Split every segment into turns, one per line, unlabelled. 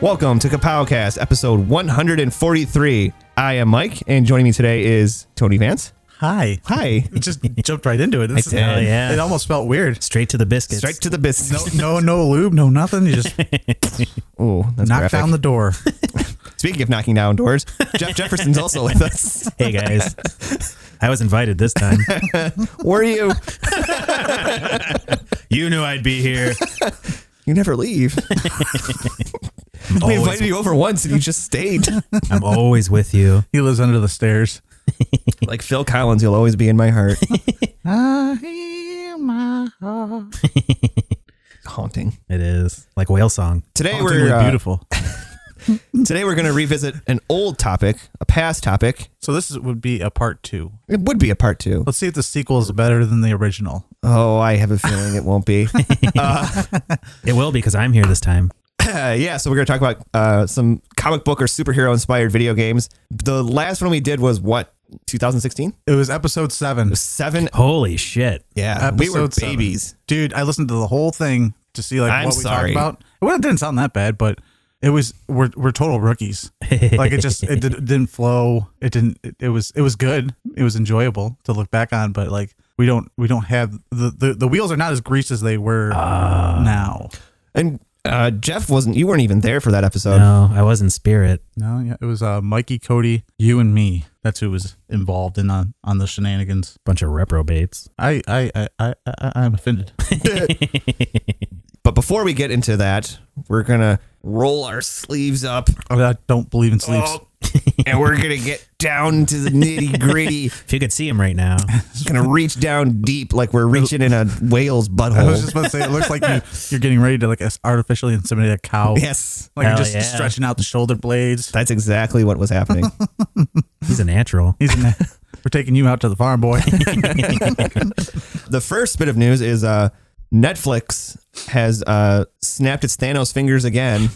Welcome to Kapowcast, episode 143. I am Mike, and joining me today is Tony Vance.
Hi.
Hi.
It just jumped right into it. This is-
did. Hell
yeah.
It almost felt weird.
Straight to the biscuits.
Straight to the business.
No, no lube, no nothing. You just
Oh, that's
knock
graphic.
down the door.
Speaking of knocking down doors, Jeff Jefferson's also with us.
hey guys, I was invited this time.
Where are you?
you knew I'd be here.
You never leave.
I'm
We
always,
invited you over once, and you just stayed.
I'm always with you.
He lives under the stairs.
like Phil Collins, you'll always be in my heart.
I hear my heart.
Haunting.
It is like whale song.
Today
Hauntingly
we're uh,
beautiful.
today we're going to revisit an old topic, a past topic.
So this is, would be a part two.
It would be a part two.
Let's see if the sequel is better than the original.
Oh, I have a feeling it won't be.
It will because I'm here this time.
Uh, yeah, so we're going to talk about uh, some comic book or superhero inspired video games. The last one we did was what, 2016?
It was episode seven.
Seven.
Holy shit!
Yeah,
Episode
we were
seven.
babies.
Dude, I listened to the whole thing to see like
I'm
what we
sorry.
talked about. Well, it didn't sound that bad, but it was we're we're total rookies. like it just it did, didn't flow. It didn't. It, it was it was good. It was enjoyable to look back on, but like we don't we don't have the the, the wheels are not as greased as they were
Ah.
now.
And uh, Jeff wasn't, you weren't even there for that episode.
No, I was in spirit.
No, yeah, it was uh, Mikey, Cody, you, and me. That's who was involved in on on the shenanigans.
Bunch of reprobates.
I I I I, I I'm offended.
But before we get into that, we're going to roll our sleeves up
I don't believe in sleeves.
Oh, and we're going to get down to the nitty gritty.
If you could see him right now,
going to reach down deep like we're reaching in a whale's
I was just
butthole.
about to say, it looks like you, you're getting ready to like artificially inseminate a cow.
Yes,
Like you're
Hell
just
yeah.
stretching out the shoulder blades.
that's exactly what was happening.
he's a natural.
He's in there. We're taking you out to the farm, boy.
the first bit of news is uh, Netflix has uh, snapped its Thanos fingers again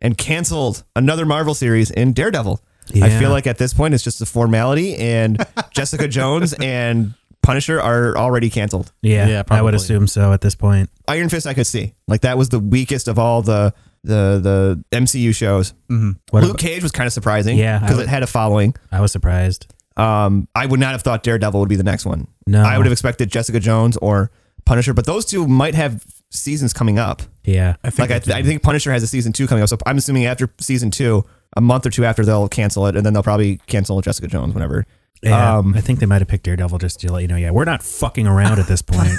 and canceled another Marvel series in Daredevil. I
Yeah.
feel like at this point it's just a formality, and Jessica Jones and Punisher are already canceled.
Yeah,
Yeah,
I would
probably.
assume so at this point.
Iron Fist, I could see like that was the weakest of all the the the MCU shows.
Mm-hmm. What
Luke
ab-
Cage was kind of surprising,
Yeah, I
because it
would-
had a following.
I was surprised.
Um, I would not have thought Daredevil would be the next one.
No.
I would have expected Jessica Jones or Punisher, but those two might have seasons coming up.
Yeah,
like I, th- I think Punisher has a season two coming up, so I'm assuming after season two, a month or two after, they'll cancel it, and then they'll probably cancel Jessica Jones whenever.
yeah.
Um,
I think they might have picked Daredevil just to let you know. Yeah, we're not fucking around at this point.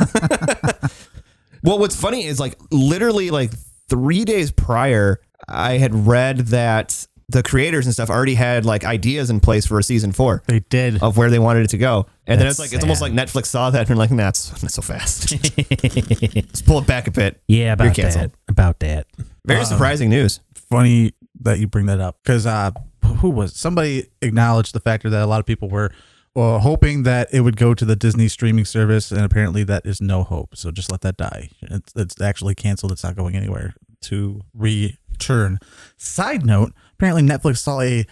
Well, what's funny is like literally like three days prior, I had read that the creators and stuff already had like ideas in place for a season four
they did.
of where they wanted it to go, and then it's
That's
like it's almost like
sad.
Netflix saw that and they're like, "That's nah, it's not so fast. Let's pull it back a bit."
yeah, about
canceled.
that. Um, About that.
Very surprising news.
Funny that you bring that up because uh, who was somebody acknowledged the factor that a lot of people were well, hoping that it would go to the Disney streaming service, and apparently that is no hope. So just let that die. It's, it's actually canceled. It's not going anywhere to return. Side note: apparently Netflix saw a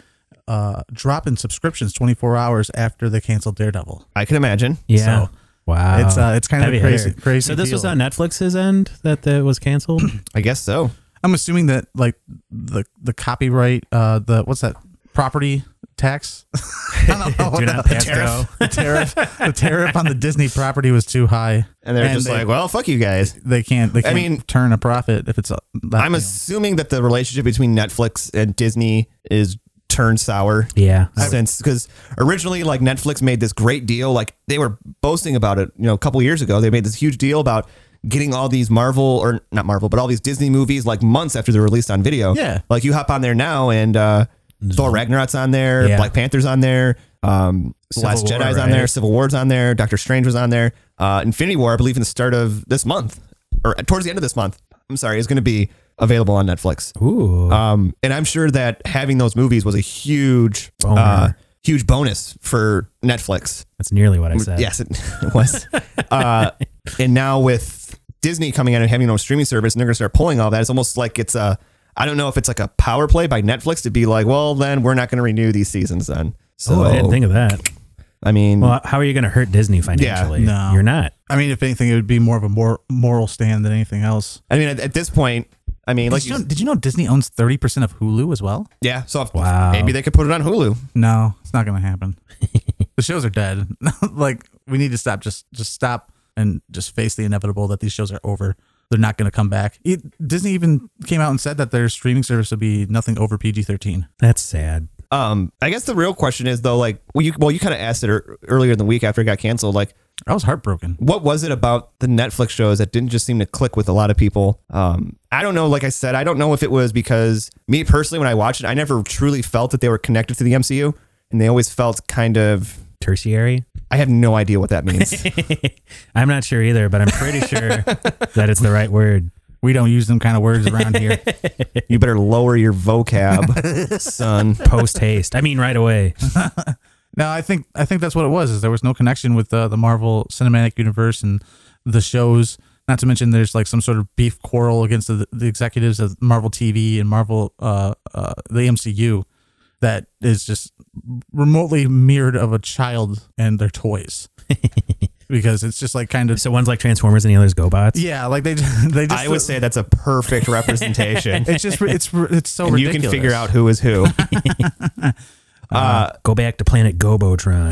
uh, drop in subscriptions 24 hours after they canceled Daredevil.
I can imagine.
Yeah.
So,
wow.
it's, uh, it's kind of
Heavy
crazy-
hitter.
crazy
So this was
deal.
on Netflix's end that that was canceled.
I guess so.
I'm assuming that like the the copyright, uh, the what's that property tax? I don't know what
Do not
the,
pass go.
the tariff, the tariff on the Disney property was too high,
And they're just
they,
like, "Well, fuck you guys."
they can't, they can't
mean-
turn a profit if it's. A, that,
I'm assuming that the relationship between Netflix and Disney is turned sour.
yeah.
Since because originally like Netflix made this great deal, like they were boasting about it, you know, a couple years ago. They made this huge deal about getting all these Marvel or not Marvel, but all these Disney movies like months after they're released on video.
Yeah.
Like you hop on there now and uh Thor Ragnarok's on there,
Yeah.
Black Panther's on there, um Last
War,
Jedi's on
right?
there, Civil War's on there, Doctor Strange was on there, uh Infinity War, I believe in the start of this month or towards the end of this month. I'm sorry, is going to be available on Netflix.
Ooh.
Um, and I'm sure that having those movies was a huge,
Boner.
uh, huge bonus for Netflix.
that's nearly what I said.
Mm, Yes, it, it was. uh, and now with Disney coming out and having their own streaming service, and they're going to start pulling all that. It's almost like it's a. I don't know if it's like a power play by Netflix to be like, well, then we're not going to renew these seasons. Then, so
Oh, I didn't think of that.
I mean,
Well, how are you going to hurt Disney financially?
no.
You're not.
I mean, if anything, it would be more of a more moral stand than anything else.
I mean, at, at this point, I mean, like,
did, you
you-
know, did you know Disney owns 30% of Hulu as well?
yeah. So if,
Wow.
maybe they could put it on Hulu.
No, it's not going to happen. the shows are dead. like we need to stop just just stop and just face the inevitable that these shows are over. They're not going to come back. It, Disney even came out and said that their streaming service would be nothing over PG-13.
That's sad.
Um, I guess the real question is though, like, well, you well, you kind of asked it ear- earlier in the week after it got canceled. Like,
I was heartbroken.
what was it about the Netflix shows that didn't just seem to click with a lot of people? Um, I don't know. Like I said, I don't know if it was because me personally, when I watched it, I never truly felt that they were connected to the MCU, and they always felt kind of.
Tertiary.
I have no idea what that means.
I'm not sure either, but I'm pretty sure that it's the right word.
We don't use them kind of words around here.
you better lower your vocab, son.
Post haste. I mean, right away.
No, I think I think that's what it was. Is there was no connection with uh, the Marvel Cinematic Universe and the shows. Not to mention, there's like some sort of beef quarrel against the, the executives of Marvel TV and Marvel, uh, uh, the MCU, that is just remotely mirrored of a child and their toys, because it's just like kind of
So one's like Transformers and the other's GoBots.
yeah, like they they just
I would say that's a perfect representation.
it's just it's it's so
and you
ridiculous.
can figure out who is who.
Go back to Planet Gobotron.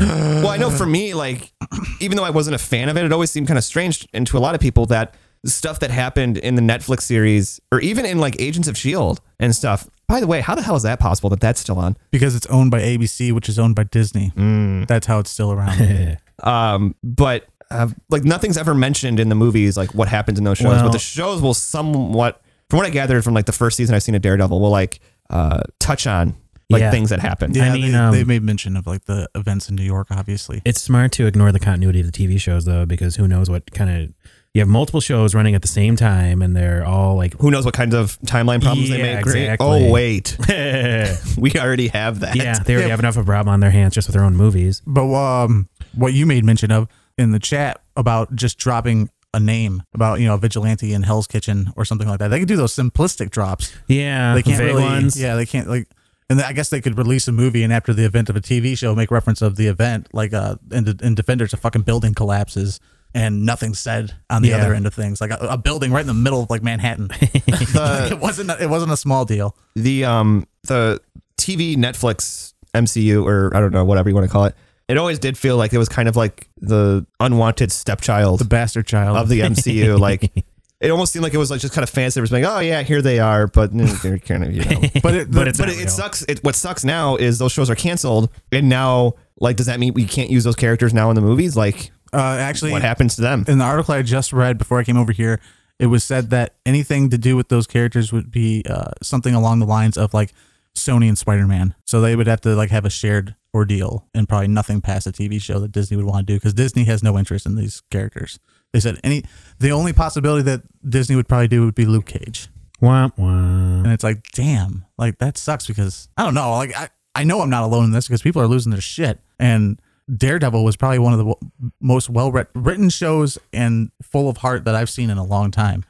well, I know for me, like, even though I wasn't a fan of it, it always seemed kind of strange, and to a lot of people, that the stuff that happened in the Netflix series, or even in like Agents of Shield E and stuff. By the way, how the hell is that possible that that's still on?
because it's owned by ABC, which is owned by Disney.
Mm.
That's how it's still around.
Um, but uh, like nothing's ever mentioned in the movies, like what happens in those shows. but
Well-
the shows will somewhat, from what I gathered from like the first season I've seen of Daredevil, will like uh, touch on like
Yeah.
things that happened.
Yeah,
I mean,
they,
um,
they made mention of like the events in New York, obviously.
It's smart to ignore the continuity of the TV shows though, because who knows what kind of you have multiple shows running at the same time and they're all like
Who knows what kinds of timeline problems they
Yeah,
may create?
exactly.
Oh wait,
Yeah,
we already have that.
they already have enough of a problem on their hands just with their own movies.
But um, what you made mention of in the chat about just dropping a name about you know vigilante in Hell's Kitchen or something like that, they could do those simplistic drops.
Yeah.
They can't
Uh, vague
really,
ones.
yeah, they can't like. And I guess they could release a movie and after the event of a TV show, make reference of the event, like uh, in, in Defenders, a fucking building collapses and nothing said on the
Yeah.
other end of things, like a, a building right in the middle of like Manhattan. it wasn't a, it wasn't a small deal.
the um the TV Netflix MCU or I don't know whatever you want to call it. It always did feel like it was kind of like the unwanted stepchild
The bastard child
of the MCU. like it almost seemed like it was like just kind of fancy. It was like, oh yeah, here they are, but mm, they're kind of you know.
but it,
But it's
but
not
it,
real.
it sucks. It, what sucks now is those shows are canceled, and now like does that mean we can't use those characters now in the movies? Like
uh, actually
what happens to them?
in the article I just read before I came over here, it was said that anything to do with those characters would be uh, something along the lines of like Sony and Spider Man. So they would have to like have a shared ordeal and probably nothing past a TV show that Disney would want to do because Disney has no interest in these characters. They said any the only possibility that Disney would probably do would be Luke Cage,
Womp womp.
and it's like damn, like that sucks because I don't know, like I I know I'm not alone in this because people are losing their shit and. Daredevil was probably one of the w- most well writ- written shows and full of heart that I've seen in a long time.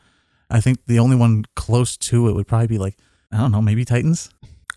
I think the only one close to it would probably be like I don't know, maybe Titans.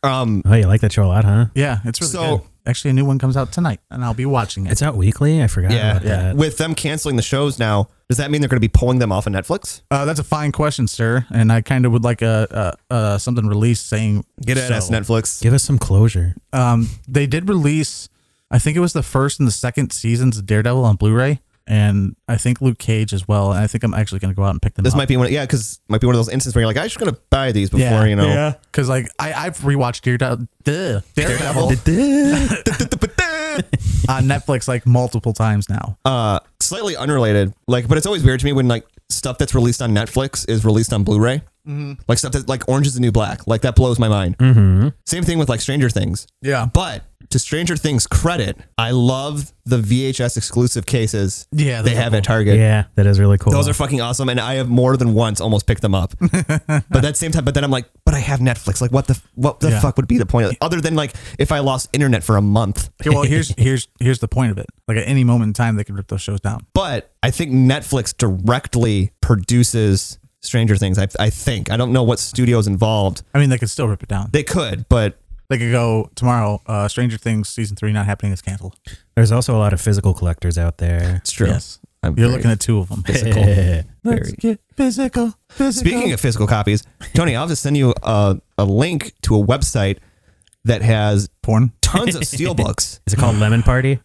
Um,
Oh, you like that show a lot, huh?
Yeah, it's really
So-
good. Actually, a new one comes out tonight, and I'll be watching it.
It's out weekly. I forgot
yeah,
about that.
with them canceling the shows now, does that mean they're going to be pulling them off of Netflix?
Uh, that's a fine question, sir, and I kind of would like a, a, a something released saying
Get it
so.
at E Netflix.
Give us some closure.
Um, they did release, I think it was the first and the second seasons of Daredevil on Blu-ray, and I think Luke Cage as well. And I think I'm actually going to go out and pick them
This
up.
might be one, yeah, because might be one of those instances where you're like, I just gonna buy these before, you know.
Because like I, I've rewatched Daredevil, duh, Daredevil on Netflix like multiple times now.
Uh, slightly unrelated, like, but it's always weird to me when like stuff that's released on Netflix is released on Blu-ray.
Mm-hmm.
Like stuff that like Orange is the New Black, like that blows my mind. Same thing with like Stranger Things.
Yeah,
But to Stranger Things credit, I love the VHS exclusive cases.
Yeah,
they
those are
have
cool.
at Target.
Yeah, that is really cool.
Those are fucking awesome, and I have more than once almost picked them up. but that same time, but then I'm like, but I have Netflix. Like, what the what the
Yeah.
fuck would be the point? Of, other than like, if I lost internet for a month.
Okay, well, here's here's here's the point of it. Like at any moment in time, they could rip those shows down.
But I think Netflix directly produces Stranger Things. I, I think I don't know what studio's involved.
I mean, they could still rip it down.
They could, but
They could go tomorrow. Uh, Stranger Things season three not happening is canceled.
There's also a lot of physical collectors out there.
it's true.
Yes,
I'm
You're
very-
looking at two of them. Let's
Very-
get physical. physical.
Speaking of physical copies, Tony, I'll just send you a, a link to a website that has
porn,
tons of steelbooks.
Is it called Lemon Party?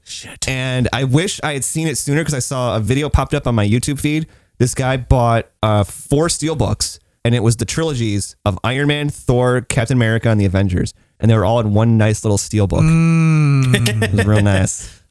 And I wish I had seen it sooner because I saw a video popped up on my YouTube feed. This guy bought uh, four steelbooks, and it was the trilogies of Iron Man, Thor, Captain America, and the Avengers. And they were all in one nice little steelbook.
Mm.
it was real nice.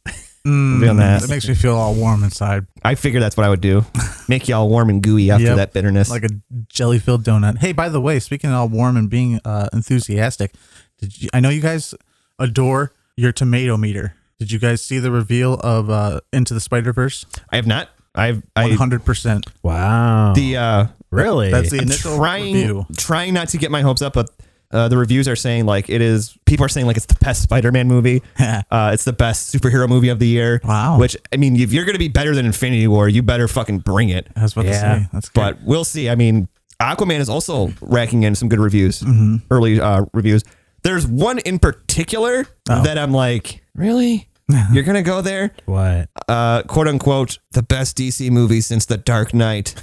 real
that
nice.
makes me feel all warm inside,
I figured that's what I would do. Make y'all warm and gooey after
Yep.
that bitterness.
like a jelly-filled donut. Hey, by the way, speaking of all warm and being uh, enthusiastic, did you, I know you guys adore your tomato meter? Did you guys see the reveal of uh, Into the Spider Verse?
I have not. I've
One
I
hundred percent.
Wow.
the uh,
really?
That's the
I'm
initial
trying
review.
trying not to get my hopes up, but uh, the reviews are saying like it is. People are saying like it's the best Spider-Man movie. uh, it's the best superhero movie of the year.
Wow.
Which I mean, if you're gonna be better than Infinity War, you better fucking bring it.
I was about
Yeah.
to say that's good.
But we'll see. I mean, Aquaman is also racking in some good reviews,
Mm-hmm.
early uh, reviews. There's one in particular
Oh.
that I'm like, really? You're gonna go there?
what?
uh, quote unquote the best DC movie since The Dark Knight.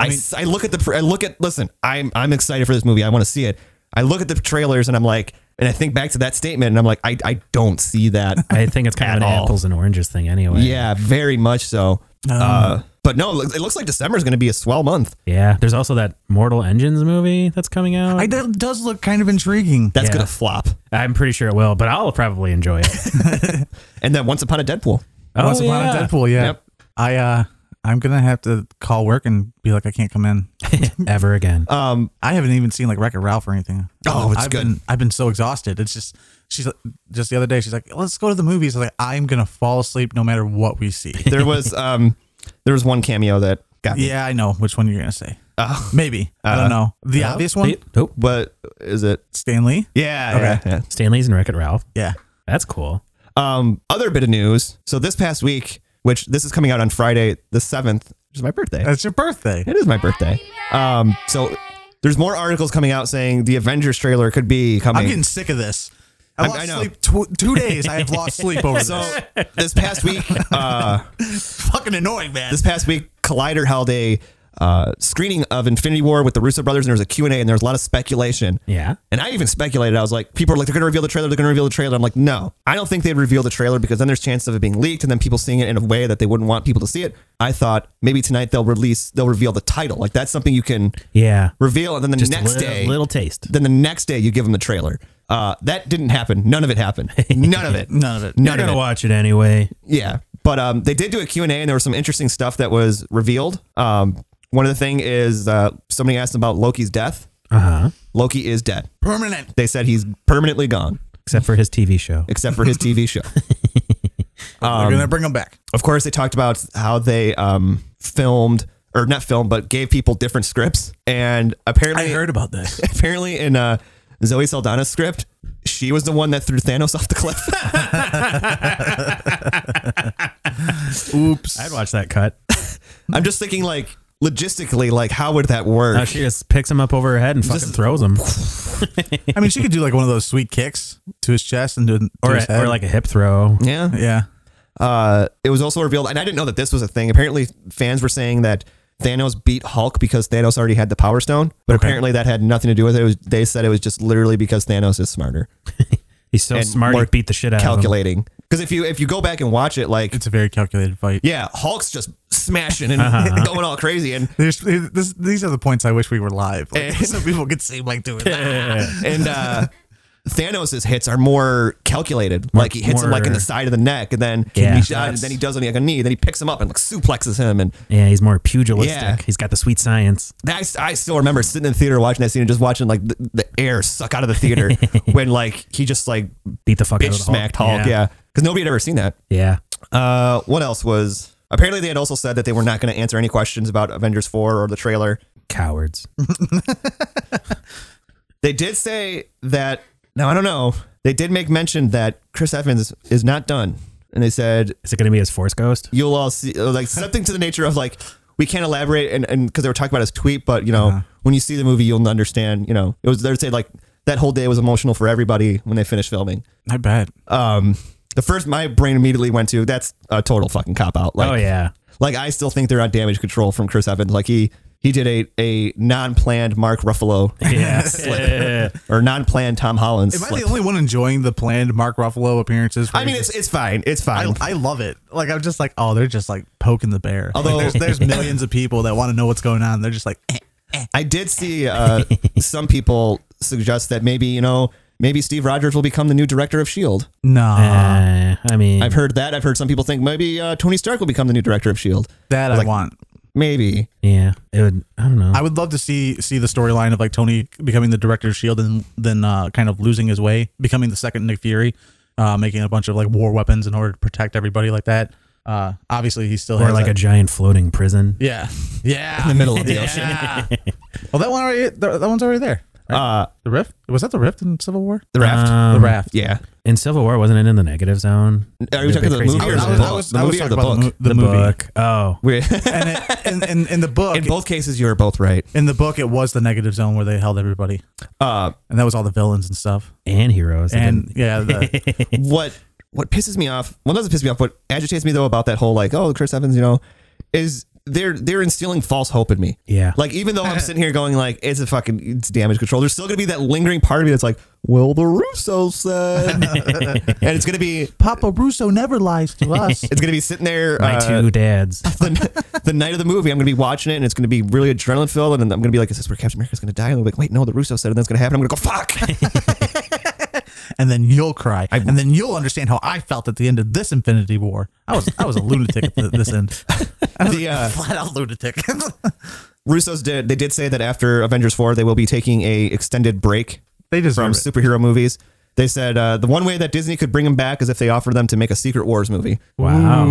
I, s- I look at the pr- I look at listen I'm I'm excited for this movie I want to see it I look at the trailers and I'm like and I think back to that statement and I'm like I, I don't see that
I think it's kind
At
of an
all.
apples and oranges thing anyway.
yeah very much so uh, but no it looks- it looks like December is going to be a swell month
Yeah. There's also that Mortal Engines movie that's coming out.
I,
i d-
that does look kind of intriguing.
that's
Yeah.
going to flop
I'm pretty sure it will, but I'll probably enjoy it.
and then Once Upon a Deadpool
Oh,
Once upon
yeah.
a Deadpool, yeah.
Yep.
I uh I'm gonna have to call work and be like I can't come in.
Ever again.
I haven't even seen like Wreck-It Ralph or anything.
Oh, it's
I've
good.
Been, I've been so exhausted. It's just she's like- just the other day she's like, let's go to the movies. I was like, I'm gonna fall asleep no matter what we see.
there was um there was one cameo that got me
yeah, I know which one you're gonna say. Maybe I
Uh,
don't know the obvious one.
Wait, oh,
what is it
Stanley.
yeah
Okay.
yeah, yeah.
Stanley's and Wreck It Ralph.
Yeah.
That's cool.
Um, other bit of news. So this past week, which this is coming out on Friday the seventh, which is my birthday.
That's your birthday.
It is my birthday. Um, so there's more articles coming out saying the Avengers trailer could be
I'm
coming.
getting sick of this. I
I'm-
lost
I know.
sleep tw- two days. I have lost sleep over this.
so this past week, uh,
Fucking annoying, man.
this past week, Collider held a uh, screening of Infinity War with the Russo brothers, and there was a Q and A, and there was a lot of speculation.
Yeah.
And I even speculated. I was like, people are like, they're going to reveal the trailer. They're going to reveal the trailer. I'm like, no, I don't think they'd reveal the trailer because then there's chance of it being leaked and then people seeing it in a way that they wouldn't want people to see it. I thought maybe tonight they'll release, they'll reveal the title. Like that's something you can
Yeah.
reveal, and then the
Just
next
a little,
day,
little taste.
then the next day you give them the trailer. Uh, that didn't happen. None of it happened. None of it.
None of it.
None
You're
of
gonna
it.
watch it anyway.
Yeah, but um, they did do a Q and A, and there was some interesting stuff that was revealed. Um, one of the thing is uh, somebody asked about Loki's death.
Uh huh.
Loki is dead.
Permanent.
They said he's permanently gone.
Except for his TV show.
except for his TV show.
They're
Um,
gonna bring him back.
Of course, they talked about how they um, filmed or not filmed, but gave people different scripts. And apparently,
about this.
apparently in uh, Zoe Saldana's script, she was the one that threw Thanos off the cliff.
Oops.
I'd watch that cut.
I'm just thinking, like logistically, like how would that work?
Oh, she just picks him up over her head and fucking throws him,
I mean, she could do like one of those sweet kicks to his chest and do to
or
his
a, or
head.
like a hip throw.
yeah.
yeah.
Uh, it was also revealed, and I didn't know that this was a thing. Apparently, fans were saying that Thanos beat Hulk because Thanos already had the Power Stone, but apparently that had nothing to do with it. it was, they said it was just literally because Thanos is smarter.
He's so
and
smart,
more
he beat the shit out of him.
calculating. Because if you if you go back and watch it, like
It's a very calculated fight.
yeah, Hulk's just smashing and going all crazy, and
There's, this, these are the points I wish we were live, like, so people could see Mike doing that.
and uh, Thanos' hits are more calculated. like he hits him like in the
more-
side of the neck, and then
Yeah.
he shot, and then he does it like a knee, then he picks him up and like suplexes him, and
Yeah, he's more pugilistic.
Yeah.
He's got the sweet science.
That's, I still remember sitting in the theater watching that scene and just watching like the, the air suck out of the theater when like he just like
Beat the fuck out
bitch
of the Hulk.
smacked Hulk. Yeah, because nobody had ever seen that.
Yeah.
Uh, what else was? Apparently, they had also said that they were not going to answer any questions about Avengers Four or the trailer.
Cowards.
They did say that. Now I don't know. They did make mention that Chris Evans is not done, and they said
Is it going to be his force ghost?
you'll all see uh, like something to the nature of like we can't elaborate and and because they were talking about his tweet, but you know
Uh-huh.
when you see the movie you'll understand. You know it was they said like that whole day was emotional for everybody when they finished filming.
I bet.
Um, the first my brain immediately went to that's a total fucking cop out. Like,
oh yeah.
like I still think they're on damage control from Chris Evans. Like he he did a a non planned Mark Ruffalo
Yeah.
or non planned Tom Holland
Am I
slip.
the only one enjoying the planned Mark Ruffalo appearances?
I mean, it's it's fine. It's fine.
I, I love it. Like I'm just like, oh, they're just like poking the bear. Like,
Although-
there's, there's millions of people that want to know what's going on. They're just like, eh.
I did see uh, some people suggest that maybe you know maybe Steve Rogers will become the new director of Shield.
nah,
Uh, I mean,
E uh-huh. I've heard that. I've heard some people think maybe uh, Tony Stark will become the new director of Shield.
that I
Like-
want.
E Maybe.
yeah, it would. I don't know.
I would love to see see the storyline of like Tony becoming the director of Shield E and then uh, kind of losing his way, becoming the second Nick Fury, uh, making a bunch of like war weapons in order to protect everybody like that. Uh, obviously, he still
or
has
like
that-
a giant floating prison.
yeah, yeah, in
the middle of the
well, that one already, that, that one's already there. right?
Uh,
the rift was that the rift in Civil War?
the raft.
Um,
the raft.
yeah.
In Civil War, wasn't it in the negative zone?
Are we
They're a
talking
bit
the
crazy
movie or
about
the book?
it.
The movie or the book?
mo- the,
The
movie.
book. Oh,
We-
and it, in, in, in the book,
in both cases, you were both right.
in the book, it was the negative zone where they held everybody,
Uh,
and that was all the villains and stuff.
and heroes. They
And
didn't-
yeah, the,
what what pisses me off well it doesn't piss me off what agitates me though about that whole like oh chris evans you know is they're they're instilling false hope in me
Yeah.
like even though i'm sitting here going like it's a fucking it's damage control there's still gonna be that lingering part of me that's like well the russo said and it's gonna be
Papa Russo never lies to us.
it's gonna be sitting there
my
uh,
two dads.
the, the night of the movie i'm gonna be watching it and it's gonna be really adrenaline filled and i'm gonna be like is this where captain america's gonna die and i'm like wait no the russo said it that's gonna happen i'm gonna go fuck
and then you'll cry, and then you'll understand how I felt at the end of this Infinity War. I was I was a lunatic at the, this end,
the uh
flat out lunatic.
russo's did they did say that after avengers 4 they will be taking a extended break
they
from
deserve it.
superhero movies. They said uh, the one way that Disney could bring them back is if they offered them to make a Secret Wars movie.
Wow.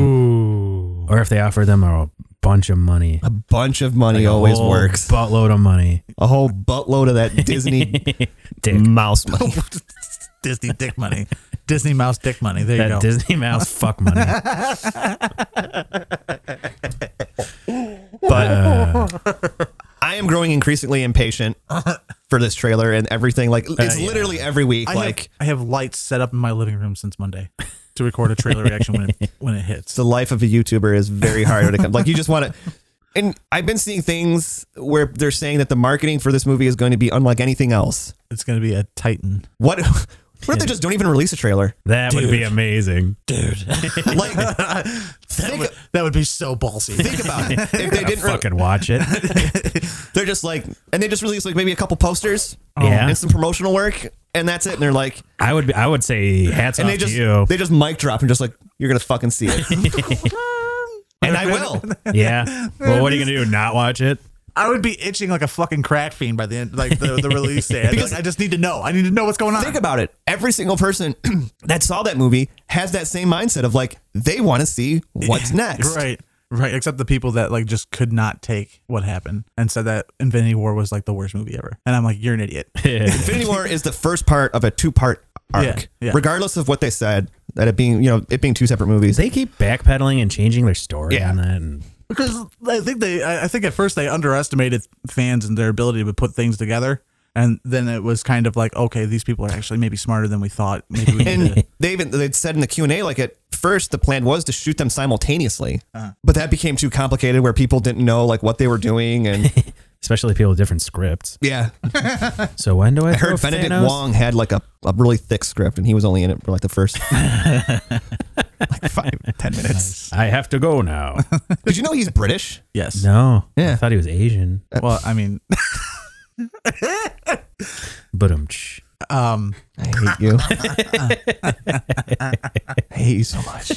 Or if they offer them a bunch of money.
A bunch of money always
Whole
works.
Buttload of money.
A whole buttload of that Disney
Dick.
mouse money.
Disney dick money, Disney mouse dick money. There you go.
That Disney mouse fuck money.
But
uh,
I am growing increasingly impatient for this trailer and everything. Like it's
yeah.
literally every week.
I
like
have, I have lights set up in my living room since Monday to record a trailer reaction when it, when it hits.
the life of a YouTuber is very hard when it comes. Like you just want to. And I've been seeing things where they're saying that the marketing for this movie is going to be unlike anything else.
It's going to be a Titan.
What? What if they just don't even release a trailer?
That would be amazing.
Like
That would, that would be so ballsy.
think about it. If they didn't re-
Fucking watch it.
They're just like, and they just released like maybe a couple posters,
Yeah.
and some promotional work, and that's it. And they're like,
I would be, I would say hats
and
off
they just
to you.
they just mic drop and just like, you're gonna fucking see it, and I will.
yeah. Well, what are you gonna do? Not watch it?
I would be itching like a fucking crack fiend by the end, like the, the release day.
Because-
because I just need to know. I need to know what's going on.
Think about it. Every single person that saw that movie has that same mindset of like, they want to see what's next.
Right. Right. Except the people that like just could not take what happened and said that Infinity War was like the worst movie ever. And I'm like, you're an idiot.
Infinity War is the first part of a two part arc,
Yeah, yeah.
regardless of what they said. That it being, you know, it being two separate movies.
They keep backpedaling and changing their story
Yeah.
on that. And
because I think they, I I think at first they underestimated fans and their ability to put things together. And then it was kind of like, okay, these people are actually maybe smarter than we thought. Maybe we need to-
and they even they said in the Q and A like at first the plan was to shoot them simultaneously, but that became too complicated where people didn't know like what they were doing and
especially people with different scripts.
yeah.
So when do I,
I heard Benedict Wong had like a, a really thick script and he was only in it for like the first like five ten minutes.
I have to go now.
Did you know he's British?
yes.
no.
Yeah.
I thought he was Asian.
Well, I mean,
But um, tch.
um,
I hate you. I hate you so much.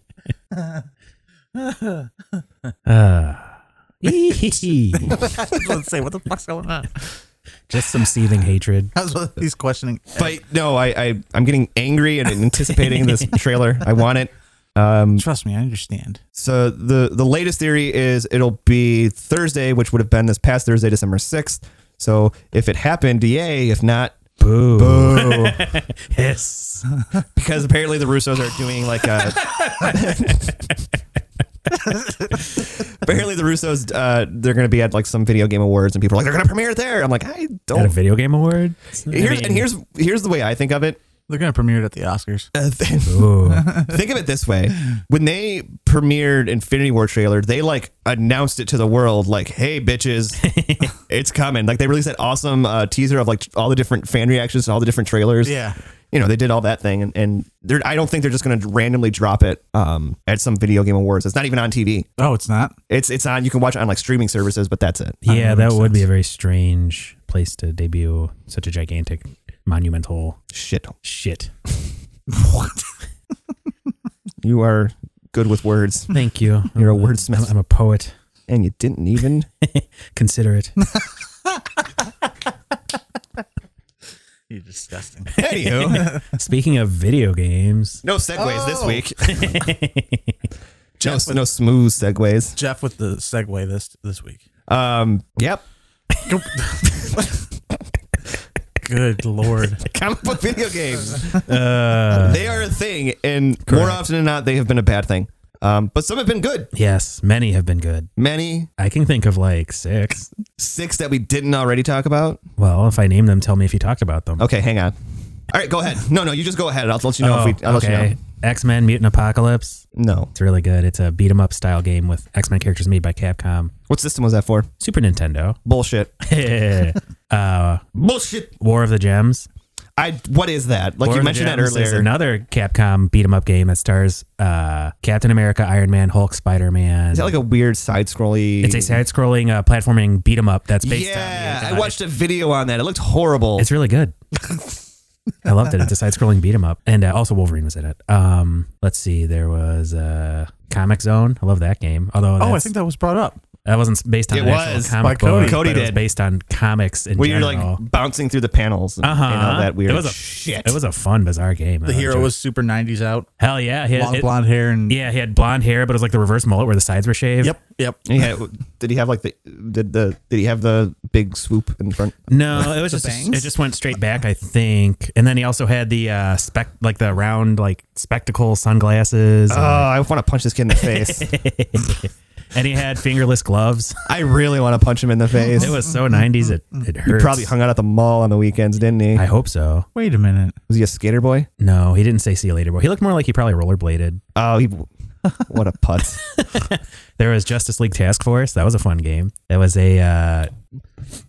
just
let's say what the fuck's going on.
some seething hatred.
I was, he's questioning.
But no, I, I I'm getting angry and anticipating this trailer. I want it.
Trust me, I understand.
So the the latest theory is it'll be Thursday, which would have been this past Thursday, December sixth. So if it happened, yay! If not,
Boo.
boo.
Hiss.
because apparently the Russos are doing like a. apparently the Russos, uh, they're going to be at like some video game awards, and people are like, they're going to premiere it there. I'm like, I
At a
don't.
video game award?
Here's, and here's here's the way I think of it.
They're gonna premiere it at the Oscars.
Uh, th-
Ooh.
think of it this way: when they premiered Infinity War trailer, they like announced it to the world, like, "Hey, bitches, it's coming!" Like they released that awesome uh, teaser of like all the different fan reactions to all the different trailers.
Yeah.
you know they did all that thing, and and they're, I don't think they're just going to randomly drop it um, at some video game awards. It's not even on TV.
Oh, it's not.
It's it's on. You can watch it on like streaming services, but that's it.
yeah, that would be a very strange place to debut such a gigantic, monumental
Shit,
shit.
What?
you are good with words,
Thank you.
You're a wordsmith.
I'm- I'm a poet.
and you didn't even.
Consider it.
You're disgusting.
Anywho,
Speaking of video games,
no segues this
Oh.
week. no, no smooth segues.
Jeff with the segue this this week.
Um. Yep.
Good lord.
Comic book video games.
uh,
They are a thing, and more often than not, they have been a bad thing. Um, but some have been good.
yes, many have been good.
Many
I can think of like six.
six that we didn't already talk about.
Well, if I name them, tell me if you talked about them.
Okay, hang on. All right, go ahead. No, no, you just go ahead. I'll let you know. if we, I'll let you
X Men Oh, Mutant Apocalypse.
know. No.
It's really good. It's a beat 'em up style game with X Men characters made by Capcom,
What system was that for?
Super Nintendo.
Bullshit.
uh,
Bullshit.
War of the Gems.
I. What is that? Like
War
you
of the
mentioned that
Gems is
earlier.
another Capcom beat 'em up game that stars uh, Captain America, Iron Man, Hulk, Spider Man.
is that like a weird side scrolly?
It's a side-scrolling uh, platforming beat 'em up that's based
yeah,
on.
I watched a video on that. It looked horrible.
It's really good. I loved it. It's a side-scrolling beat 'em up, and uh, also Wolverine was in it. Um, let's see, there was uh, Comic Zone. I love that game. Although
Oh, I
that's-
think that was brought up.
that wasn't based on
It
an actual
was
comic
by Cody.
book,
Cody
but It was
did.
based on comics in
where you're
general.
like bouncing through the panels and,
uh-huh.
and all that weird
It was a
shit.
It was a fun, bizarre game.
The hero was super '90s out,
hell yeah. He had,
long
it-
blonde hair, and
yeah, he had blonde hair, but it was like the reverse mullet where the sides were shaved.
yep, yep.
Yeah. Did he have like the did the did he have the big swoop in front?
No, it was
The
just
bangs?
it just went straight back, I think. And then he also had the uh spec like the round like spectacle sunglasses,
Uh.
Oh, I want to punch this kid in the face.
and he had fingerless gloves.
I really want to punch him in the face.
It was so nineties it it
He
hurts.
probably hung out at the mall on the weekends, didn't he?
I hope so.
Wait a minute.
Was he a skater boy?
No, he didn't say see you later. Well, he looked more like he probably rollerbladed.
Oh, he. What a putz.
There was Justice League Task Force. That was a fun game. That was a uh,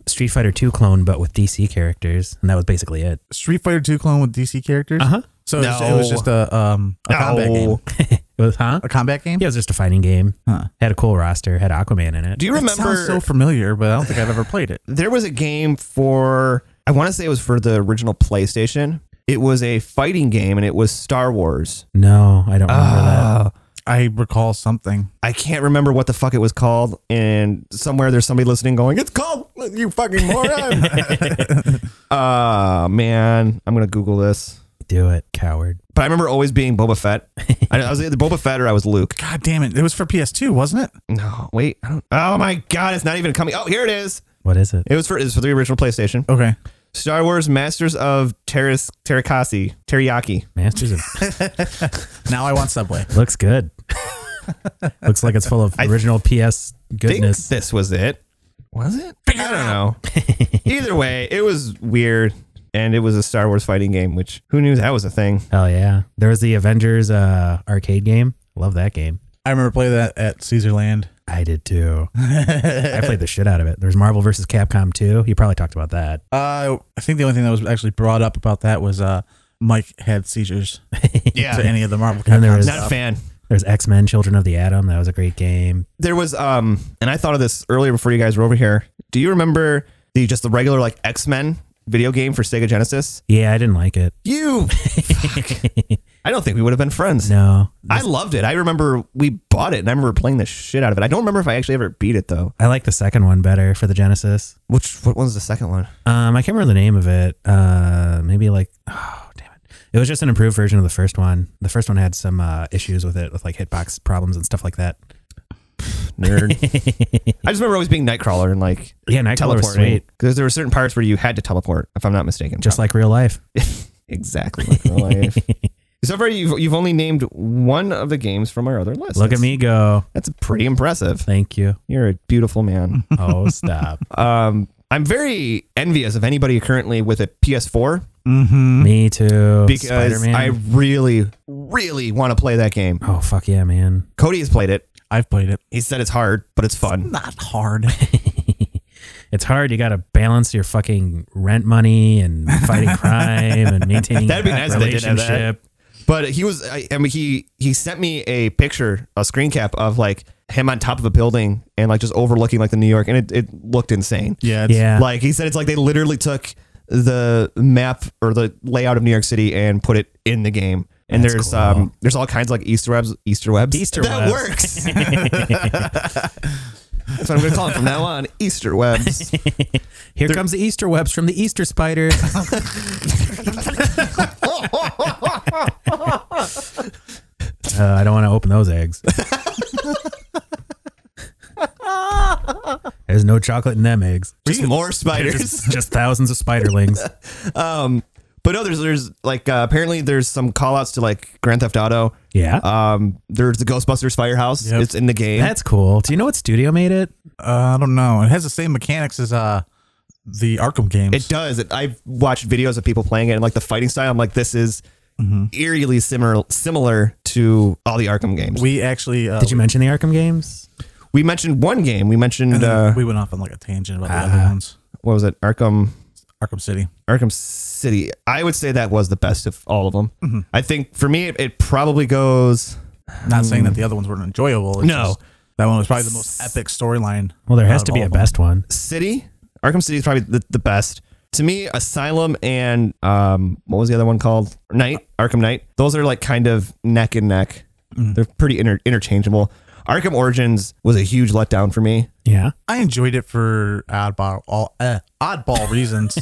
Street Fighter Two clone, but with DC characters, and that was basically it.
Street Fighter Two clone with DC characters.
Uh-huh.
So it, was, it
No.
was just a um a combat game.
No.
It was huh?
A combat game.
Yeah, it was just a fighting game.
Huh.
Had a cool roster. Had Aquaman in it.
Do you
It
remember?
sounds so familiar, but I don't think I've ever played it.
there was a game for. I want to say it was for the original PlayStation. It was a fighting game, and it was Star Wars.
no, I don't remember
Ah.
that.
I recall something.
I can't remember what the fuck it was called, and somewhere there's somebody listening going, "It's called you fucking moron." Ah man, I'm gonna Google this.
Do it, coward.
But I remember always being Boba Fett. I, I was either Boba Fett or I was Luke.
God damn it! It was for PS2, wasn't it?
No, wait. I don't, oh my god, it's not even coming. Oh, here it is.
What is it?
It was for it was for the original PlayStation.
Okay.
Star Wars Masters of Terras Terikasi Teriyaki.
Masters of
Now I want Subway.
looks good. looks like it's full of original PS
Think
goodness.
this was it. Was it? I don't know. either way, it was weird, and it was a Star Wars fighting game, which who knew that was a thing.
Hell yeah! There was the Avengers uh, arcade game. Love that game.
I remember playing that at Caesarland.
I did too. I played the shit out of it. There's Marvel versus Capcom 2. You probably talked about that.
Uh, I think the only thing that was actually brought up about that was uh, Mike had seizures.
Yeah.
to any of the Marvel
And there
Capcom
was-
stuff.
Not a fan.
There's X Men Children of the Atom. That was a great game.
There was um, and I thought of this earlier before you guys were over here. Do you remember the just the regular like X Men video game for Sega Genesis?
Yeah, I didn't like it.
You, fuck. I don't think we would have been friends.
No.
I loved it. I remember we bought it, and I remember playing the shit out of it. I don't remember if I actually ever beat it though.
I like the second one better for the Genesis.
Which what was the second one?
Um, I can't remember the name of it. Uh, maybe like oh damn it, it was just an improved version of the first one. The first one had some uh, issues with it, with like hitbox problems and stuff like that.
Nerd. I just remember always being Nightcrawler and like
Yeah, Nightcrawler was
teleporting
sweet,
because there were certain parts where you had to teleport, if I'm not mistaken.
just like real life.
exactly like real life. So far, you've, you've only named one of the games from our other list.
Look
That's-
at me go!
That's pretty impressive.
Thank you.
You're a beautiful man.
Oh stop!
um, I'm very envious of anybody currently with a PS4
Mm-hmm.
Me too.
because
Spider-Man.
I really, really want to play that game.
oh fuck yeah, man.
Cody has played it.
I've played it.
He said it's hard, but it's fun.
Not hard.
It's hard. You got to balance your fucking rent money and fighting crime and maintaining
That'd be
your
nice if they did have that.
relationship.
But he was, I, I mean, he he sent me a picture, a screen cap of like him on top of a building and like just overlooking like the New York, and it, it looked insane.
Yeah. It's,
yeah.
Like he said, it's like they literally took the map or the layout of New York City and put it in the game. And
That's
there's
cool.
um there's all kinds of like Easter webs, Easter webs.
Easter
that
webs.
works. That's what I'm gonna call it from now on. Easter webs.
Here comes the Easter webs from the Easter spider. Uh, I don't want to open those eggs. There's no chocolate in them eggs.
Just more spiders.
Just, just thousands of spiderlings.
But no, there's there's like uh, apparently there's some call outs to like Grand Theft Auto.
Yeah.
Um, there's the Ghostbusters firehouse.
Yep.
It's in the game.
That's cool. Do you know what studio made it?
Uh, I don't know. It has the same mechanics as uh the Arkham games.
it does. It, I've watched videos of people playing it and like the fighting style. I'm like, this is eerily similar similar to all the Arkham games. We,
We actually uh,
Did you mention the Arkham games?
mentioned one game. We mentioned uh,
we went off on like a tangent about the other ones.
what was it? Arkham
Arkham City.
Arkham City. I would say that was the best of all of them. I think for me, it, it probably goes.
Not saying that the other ones weren't enjoyable. it's
No.
just that one was probably the most epic storyline.
Well, there
out
has
of
to be
all
a
of them.
best one.
City. Arkham City is probably the, the best. To me, Asylum and um, what was the other one called? Knight, Arkham Knight. Those are like kind of neck and neck.
Mm.
They're pretty inter- interchangeable. Arkham Origins was a huge letdown for me.
Yeah.
I enjoyed it for oddball all uh, oddball reasons.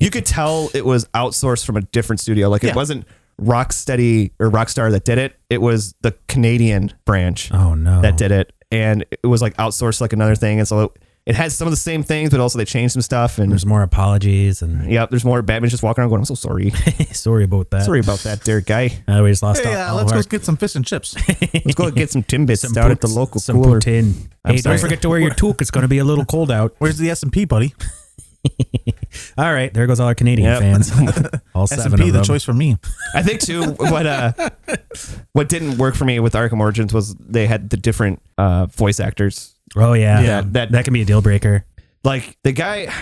You could tell it was outsourced from a different studio. Like it
Yeah.
wasn't Rocksteady or Rockstar that did it. It was the Canadian branch
Oh no.
that did it, and it was like outsourced like another thing. And so it, it had some of the same things, but also they changed some stuff. And
There's more apologies and
yeah, there's more Batman's just walking around going, "I'm so sorry,
sorry about that.
sorry about that, there, guy."
Uh, we just lost
hey,
all,
uh,
all
let's
of our
go get some fish and chips.
Let's go get some Timbits
Some
down at the
pout-
local
some
cooler.
poutine. Hey,
sorry.
don't forget to wear your toque. It's going to be a little cold out.
Where's the S and P, buddy?
All right, there goes all our Canadian
Yep.
fans. all
S
seven
and P,
of
the
them.
choice for me.
I think too, what uh, what didn't work for me with Arkham Origins was they had the different uh, voice actors.
Oh yeah,
Yeah,
that-
that that can be a deal breaker.
Like the guy,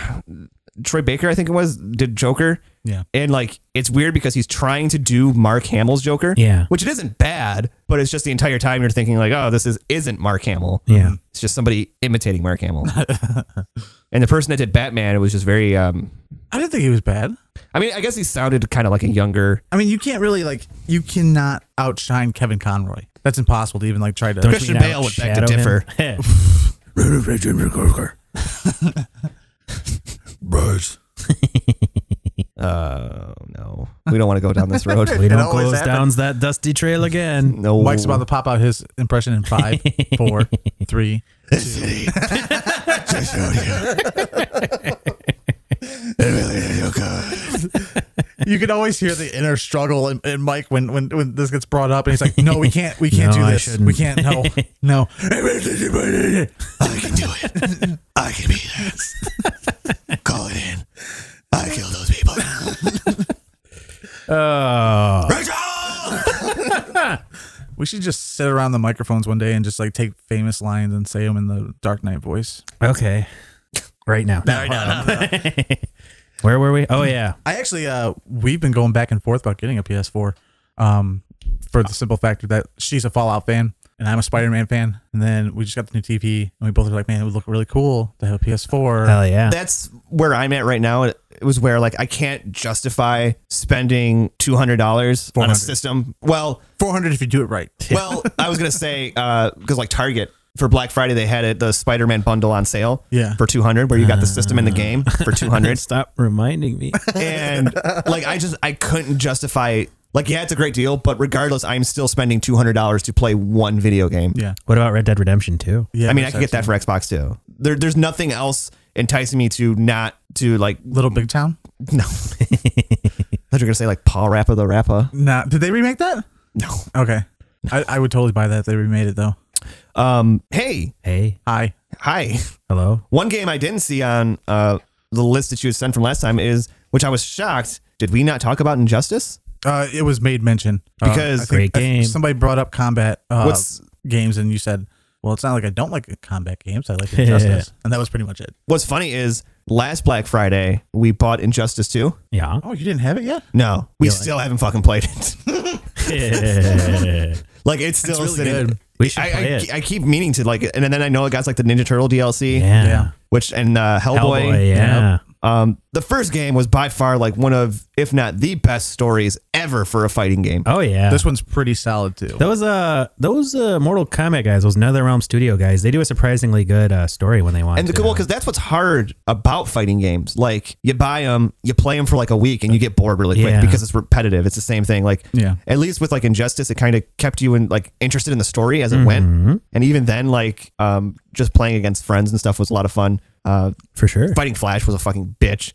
Troy Baker, I think it was, did Joker.
Yeah.
And like it's weird because he's trying to do Mark Hamill's Joker.
Yeah.
Which it isn't bad, but it's just the entire time you're thinking like, oh, this is isn't Mark Hamill.
Yeah.
It's just somebody imitating Mark Hamill. and the person that did Batman, it was just very. um
I didn't think he was bad.
I mean, I guess he sounded kind of like a younger
I mean, you can't really like you cannot outshine Kevin Conroy. That's impossible to even like try to.
Don't
Christian
you know,
Bale would beg to
shadow
differ.
him?
Oh no, we don't want to go down this road.
we
It
don't
always
close down that dusty trail again.
no,
Mike's about to pop out his impression in five, four, three. You can always hear the inner struggle in, in Mike when, when when this gets brought up, and he's like, "No, we can't, we can't
No,
do
I
this. We can't. No, no.
I can do it. I can be this. Call it in. I kill those people.
Oh,
Rachel!
We should just sit around the microphones one day and just like take famous lines and say them in the Dark Knight voice. Um,
okay. Right now. Where were we? Oh yeah.
I actually, uh, we've been going back and forth about getting a PS4, um, for the simple factor that she's a Fallout fan and I'm a Spider-Man fan, and then we just got the new TV, and we both are like, "Man, it would look really cool to have a PS4."
Hell yeah.
That's where I'm at right now. It it was where like I can't justify spending two hundred dollars on a
400.
system. Well,
400 if you do it right.
well, I was gonna say because like Target for Black Friday they had it the Spider-Man bundle on sale.
Yeah.
for two hundred, where you got the system in the game for two hundred.
Stop reminding me.
and like I just I couldn't justify like yeah it's a great deal, but regardless I'm still spending two hundred dollars to play one video game.
Yeah.
what about Red Dead Redemption 2?
Yeah,
I mean I
that's
could get that for Xbox too. There, there's nothing else enticing me to not to like
Little Big Town.
no. I thought you were gonna say like Paul Rappa the Rappa.
Nah, did they remake that?
No.
Okay, I, I would totally buy that if they remade it though.
Um. Hey.
Hey,
Hi,
Hi.
hello.
One game I didn't see on uh the list that you had sent from last time is which I was shocked Did we not talk about Injustice?
Uh, it was made mention Uh,
Because-
I think-
Great
I think
game.
somebody brought up combat uh,
What's-
games, and you said, "Well, it's not like I don't like combat games. I like Injustice," and that was pretty much it.
What's funny is last Black Friday we bought Injustice 2.
Yeah.
Oh, you didn't have it yet?
No, we still haven't fucking played it. like it's still
really
sitting.
good.
We should
I,
play
I,
it.
I keep meaning to like, and then I know it got like the Ninja Turtle DLC,
Yeah.
Yeah.
which and uh, Hellboy.
Hellboy, yeah.
Um, the first game was by far like one of, if not the best stories ever for a fighting game.
Oh yeah.
This one's pretty solid too.
those uh those uh Mortal Kombat guys, those Nether Realm Studio guys, they do a surprisingly good uh, story when they want.
And the
to. uh,
well, because that's what's hard about fighting games. Like you buy them, you play them for like a week, and you get bored really quick
Yeah.
because it's repetitive. It's the same thing. Like
Yeah.
at least with like Injustice, it kind of kept you in like interested in the story as it
Mm-hmm.
went. And even then, like um, just playing against friends and stuff was a lot of fun. Uh,
for sure.
fighting Flash was a fucking bitch.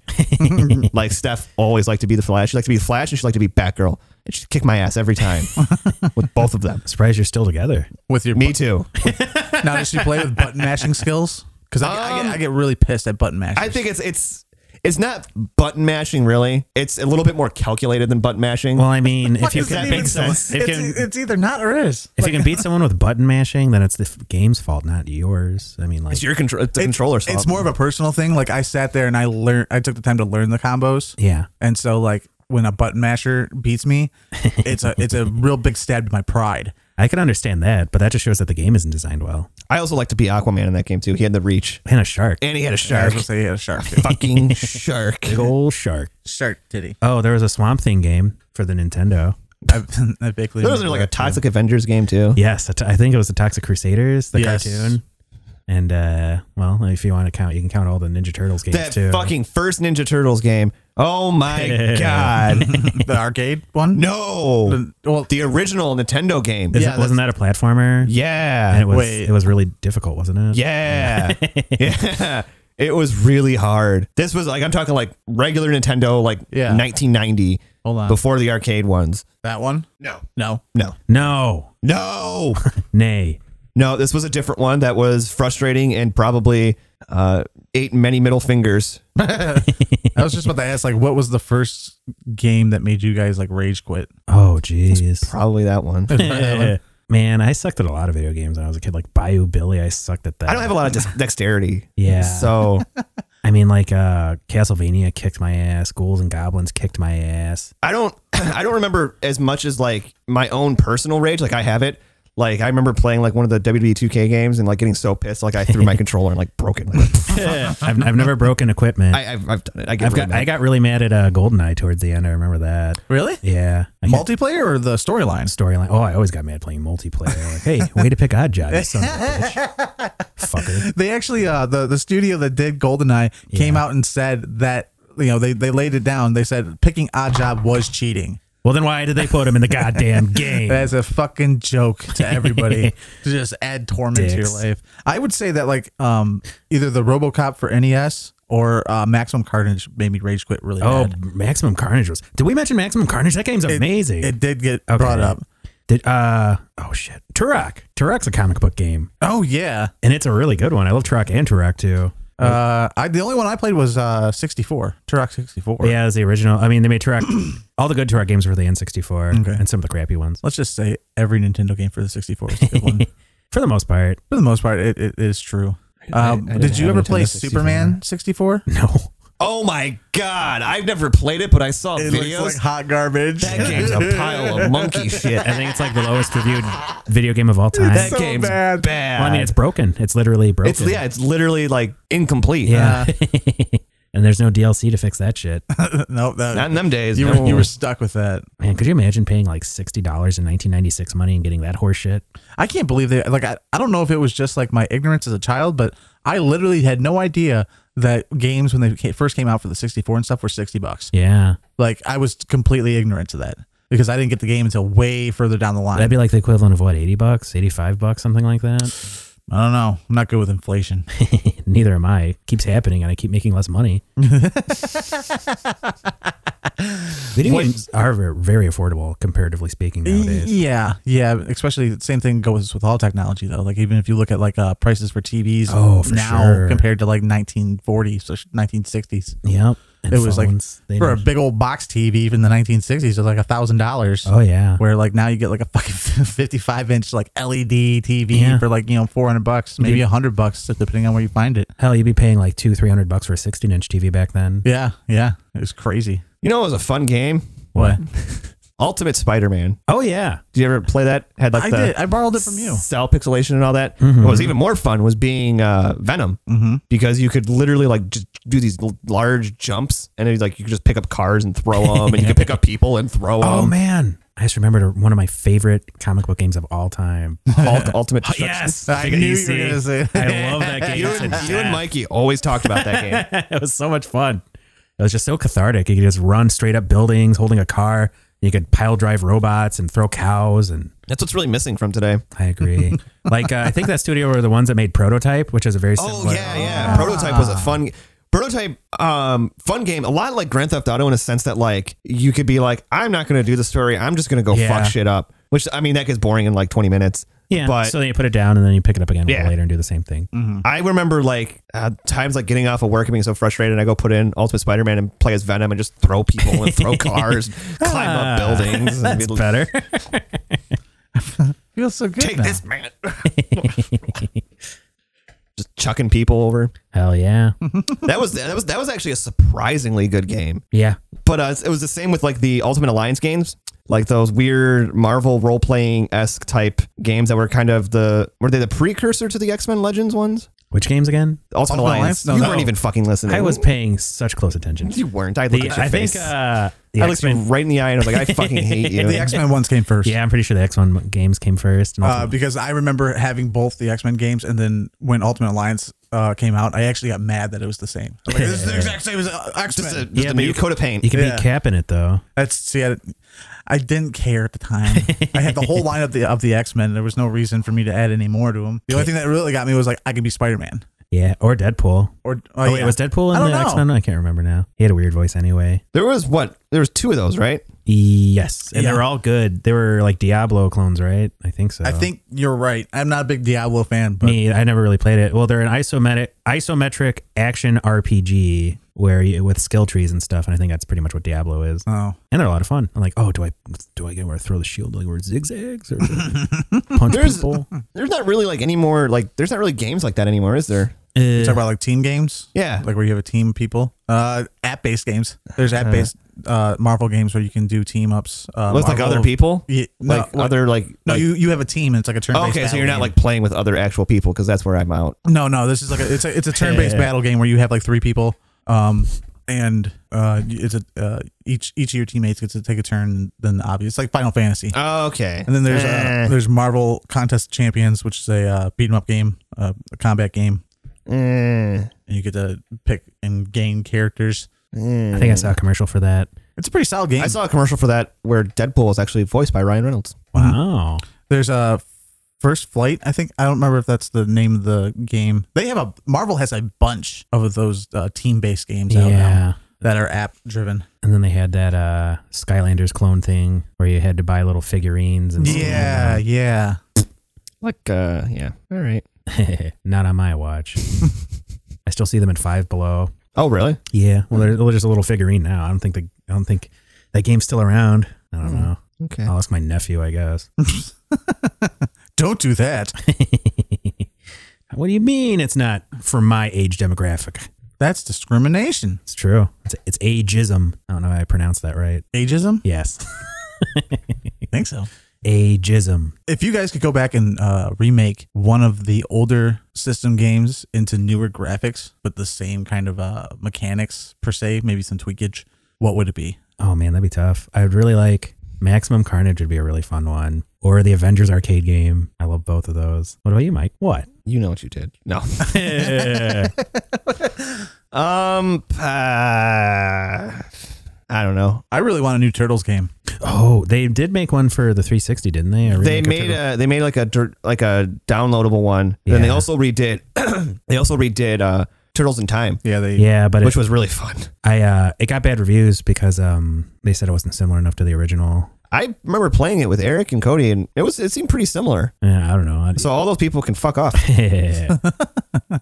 like Steph always liked to be the Flash. She liked to be the Flash, and she liked to be Batgirl. And she'd kick my ass every time with both of them.
Surprised you're still together.
With your
Me too.
now, does she play with button mashing skills? Because I, I, get, I get really pissed at button mashing.
I think it's it's it's not button mashing really. It's a little bit more calculated than button mashing.
Well, I mean, if you
does that
can
even
beat someone,
sense?
if you
it's, e-
can,
it's either not or is.
if you can beat someone with button mashing, then it's the f- game's fault, not yours. I mean, like
it's your control. It's a controller.
It's more of a personal thing. Like I sat there and I learned. I took the time to learn the combos.
Yeah.
And so like when a button masher beats me, it's a it's a real big stab to my pride.
I can understand that, but that just shows that the game isn't designed well.
I also like to be Aquaman in that game too. He had the reach,
And a shark,
and he had a
I
shark.
was gonna say yeah, shark,
fucking shark.
big old shark.
shark titty.
Oh, there was a Swamp Thing game for the Nintendo.
I, I vaguely
There was
remember
like a
that,
Toxic Avengers game too.
Yes, I t- I think it was the Toxic Crusaders, the
Yes.
cartoon. And uh, well, if you want to count, you can count all the Ninja Turtles games
That
too.
fucking first Ninja Turtles game. Oh my god.
yeah. the arcade one.
No.
well,
The original Nintendo game.
Is
yeah.
it- wasn't that a platformer?
yeah.
And it was.
wait.
It was really difficult, wasn't it?
Yeah. yeah. It was really hard. This was like I'm talking like regular Nintendo, like
Yeah.
1990,
Hold on.
before the arcade ones.
that one.
No,
No.
no,
No.
no,
Nay.
no. This was a different one that was frustrating and probably uh, ate many middle fingers.
I was just about to ask like what was the first game that made you guys like rage quit?
Oh, jeez.
Probably that one.
Man, I sucked at a lot of video games when I was a kid. Like Bayou Billy, I sucked at that.
I don't have a lot of dex- dexterity.
Yeah.
So
I mean, like uh, Castlevania kicked my ass. Ghouls and Goblins kicked my ass.
I don't I don't remember as much as like my own personal rage. Like I have it. Like I remember playing like one of the WWE 2K games and like getting so pissed, like I threw my controller and like broke it. Like,
I've, I've never broken equipment. I,
I, I've, I've done it. I get
have
really
got
mad.
I got really mad at uh, Goldeneye towards the end. I remember that.
Really?
Yeah. I got-
Multiplayer or the storyline?
storyline. Oh, I always got mad playing multiplayer. Like, hey, way to pick odd job, you son of a bitch. Fucker.
They actually uh the, the studio that did Goldeneye came out and said that you know they, they laid it down. They said picking odd job was cheating.
Well, then why did they put him in the goddamn game?
That's a fucking joke to everybody to just add torment to your
Dicks.
life. I would say that like um either the RoboCop for NES or uh, Maximum Carnage made me rage quit really
Oh,
bad.
Maximum Carnage was. Did we mention Maximum Carnage? That game's amazing.
It did get brought up.
Did uh oh shit. Turok. Turok's a comic book game,
Oh yeah.
and it's a really good one. I love Turok and Turok too.
Uh, I the only one I played was uh 64 Turok 64.
Yeah, it was the original. I mean, they made Turok. all the good Turok games were the N64,
Okay.
and some of the crappy ones.
Let's just say every Nintendo game for the 64 is a good one.
For the most part,
For the most part, it, it is true. Um, did you ever play Superman 64?
no.
Oh my god! I've never played it, but I saw videos.
hot garbage.
that game's a pile of monkey shit.
I think it's like the lowest reviewed video game of all time.
That
so
game's
bad.
bad.
Well, I mean, it's broken. It's literally broken.
it's yeah, it's literally like incomplete. Uh,
Yeah. and there's no DLC to fix that shit.
no, that,
not in them days.
you,
no.
were, you were stuck with that.
Man, could you imagine paying like $60 in 1996 money and getting that horse shit?
I can't believe they like. I, I don't know if it was just like my ignorance as a child, but I literally had no idea that games when they ca- first came out for the 64 and stuff were 60 bucks.
Yeah.
Like I was completely ignorant to that because I didn't get the game until way further down the line.
That'd be like the equivalent of what, 80 bucks, 85 bucks, something like that?
I don't know. I'm not good with inflation.
Neither am I. keeps happening and I keep making less money. Video games are ver- very affordable, comparatively speaking, nowadays.
Yeah, yeah. Especially same thing goes with all technology though. Like even if you look at like uh, prices for TVs
Oh, for
now
sure.
compared to like 1940s, so 1960s.
Yep. And
it was
phones, they
like for a
did.
big old box TV from the 1960s, it was like a thousand dollars.
Oh yeah.
Where like now you get like a fucking 55 inch like E LED TV
Yeah.
for like you know 400 bucks, maybe
Dude.
100 bucks depending on where you find it.
Hell, you'd be paying like two, three hundred bucks for a sixteen inch TV back then.
Yeah, yeah, it was crazy.
You know, it was a fun game.
What?
Ultimate Spider-Man.
Oh yeah.
Did you ever play that? Had like
I
the
did. I borrowed it from you.
cell pixelation and all that. What was even more fun was being uh, Venom because you could literally like just do these l- large jumps and it was like you could just pick up cars and throw them, and you could pick up people and throw them.
Oh man. I just remembered one of my favorite comic book games of all time.
Hulk Ultimate Destruction.
yes,
I knew you were gonna say that.
I love that game.
You and, you and Mikey always talked about that game.
it was so much fun. It was just so cathartic. You could just run straight up buildings, holding a car. You could pile drive robots and throw cows, and
That's what's really missing from today.
I agree. like uh, I think that studio were the ones that made Prototype, which is a very similar.
Oh yeah,
Ah.
yeah. Prototype was a fun prototype um fun game. A lot like Grand Theft Auto in a sense that like you could be like, I'm not gonna do the story. I'm just gonna go
Yeah.
fuck shit up. Which I mean that gets boring in like 20 minutes.
Yeah,
But
so then you put it down and then you pick it up again a
Yeah. Mm-hmm.
little later and do the same thing.
I remember like uh, times like getting off of work and being so frustrated. And I go put in Ultimate Spider Man and play as Venom and just throw people and throw cars, climb up buildings. That's and be,
Better.
Feels so good.
Take
now.
this, man. just chucking people over.
Hell yeah.
Mm-hmm. That was that was that was actually a surprisingly good game.
Yeah.
But uh, it was the same with like the Ultimate Alliance games, like those weird Marvel role playing esque type games that were kind of the were they the precursor to the X Men Legends ones?
Which games again?
Ultimate,
Ultimate
Alliance.
Alliance? No,
you
no.
weren't even fucking listening.
I was paying such close attention.
You weren't. I looked
The,
at your
I
face.
think uh, the
I looked you
X-Men-
right in the eye and I was like, I fucking hate you.
The X Men ones came first.
Yeah, I'm pretty sure the X Men games came first. And
Uh,
also-
because I remember having both the X Men games, and then when Ultimate Alliance uh, came out, I actually got mad that it was the same. I'm like, this is the exact same as uh, X
just a,
Men.
just
Yeah,
a
but
new
you-
coat of paint.
you could
yeah.
be Cap in it though.
That's see, I, I didn't care at the time. I had the whole line of the of the X Men. There was no reason for me to add any more to them. The only thing that really got me was like I could be Spider Man.
Yeah, or Deadpool.
Or
Oh, wait,
yeah.
was Deadpool
I
in
don't
the
know.
X Men? I can't remember now. He had a weird voice anyway.
there was what? There was two of those, right?
Yes, and
Yeah.
they were all good. They were like Diablo clones, right? I think so.
Oh.
I think you're right. I'm not a big Diablo fan, but
me. I never really played it. Well, they're an isometric isometric action RPG where you, with skill trees and stuff, and I think that's pretty much what Diablo is.
oh,
And they're a lot of fun. I'm like, oh, do I do I get where I throw the shield like where it zigzags or do I punch
There's-
people?
There's not really like any more like there's not really games like that anymore, is there?
you talk about like team games.
Yeah.
like where you have a team of people. Uh, app based games. There's app based uh, Marvel games where you can do team ups. Uh,
Uh-huh. With like
Marvel-
other people?
Yeah, no,
Like
well,
other like
No,
like- Oh,
you, you have a team. and It's like a turn based.
Okay, so you're not like playing with other actual people because that's where I'm out.
No, no. This is like a, it's a it's a turn based battle game where you have like three people. Um. And uh, it's a uh, each each of your teammates gets to take a turn. Then obviously, it's like Final Fantasy.
Oh, Okay.
And then there's
Eh.
uh, there's Marvel Contest Champions, which is a uh, beat 'em up game, uh, a combat game,
Mm,
and you get to pick and gain characters.
mm.
I think I saw a commercial for that.
It's a pretty solid game.
I saw a commercial for that where Deadpool was actually voiced by Ryan Reynolds.
Wow.
There's a First Flight, I think. I don't remember if that's the name of the game. They have a Marvel has a bunch of those uh, team-based games out now
Yeah.
that are app-driven.
And then they had that uh, Skylanders clone thing where you had to buy little figurines and
Yeah, yeah.
Like, uh, yeah. All right.
Not on my watch. I still see them at five below.
Oh, really?
Yeah. Well, they're, they're just a little figurine now. I don't think the I don't think that game's still around. I don't know.
Okay.
I'll ask my nephew, I guess.
Don't do that.
what do you mean it's not for my age demographic?
That's discrimination.
It's true. It's, it's ageism. I don't know how I pronounced that right.
Ageism?
Yes.
I think so.
ageism.
If you guys could go back and uh, remake one of the older system games into newer graphics, but the same kind of uh, mechanics per se, maybe some tweakage, what would it be?
Oh man, that'd be tough. I would really like Maximum Carnage would be a really fun one, or the Avengers arcade game. I love both of those. What about you, Mike? What?
You know what you did. No. um, uh, I don't know.
I really want a new Turtles game.
oh, they did make one for the 360, didn't they? A
They
remake of
made
Turtle-
a they made like a dir- like a downloadable one. Then they
Yeah.
also redid they also redid uh Turtles in Time,
Yeah, they.
yeah, but
which
it,
was really fun.
I uh, it got bad reviews because um they said it wasn't similar enough to the original.
I remember playing it with Eric and Cody, and it was it seemed pretty similar.
Yeah, I don't know. I-
So all those people can fuck off.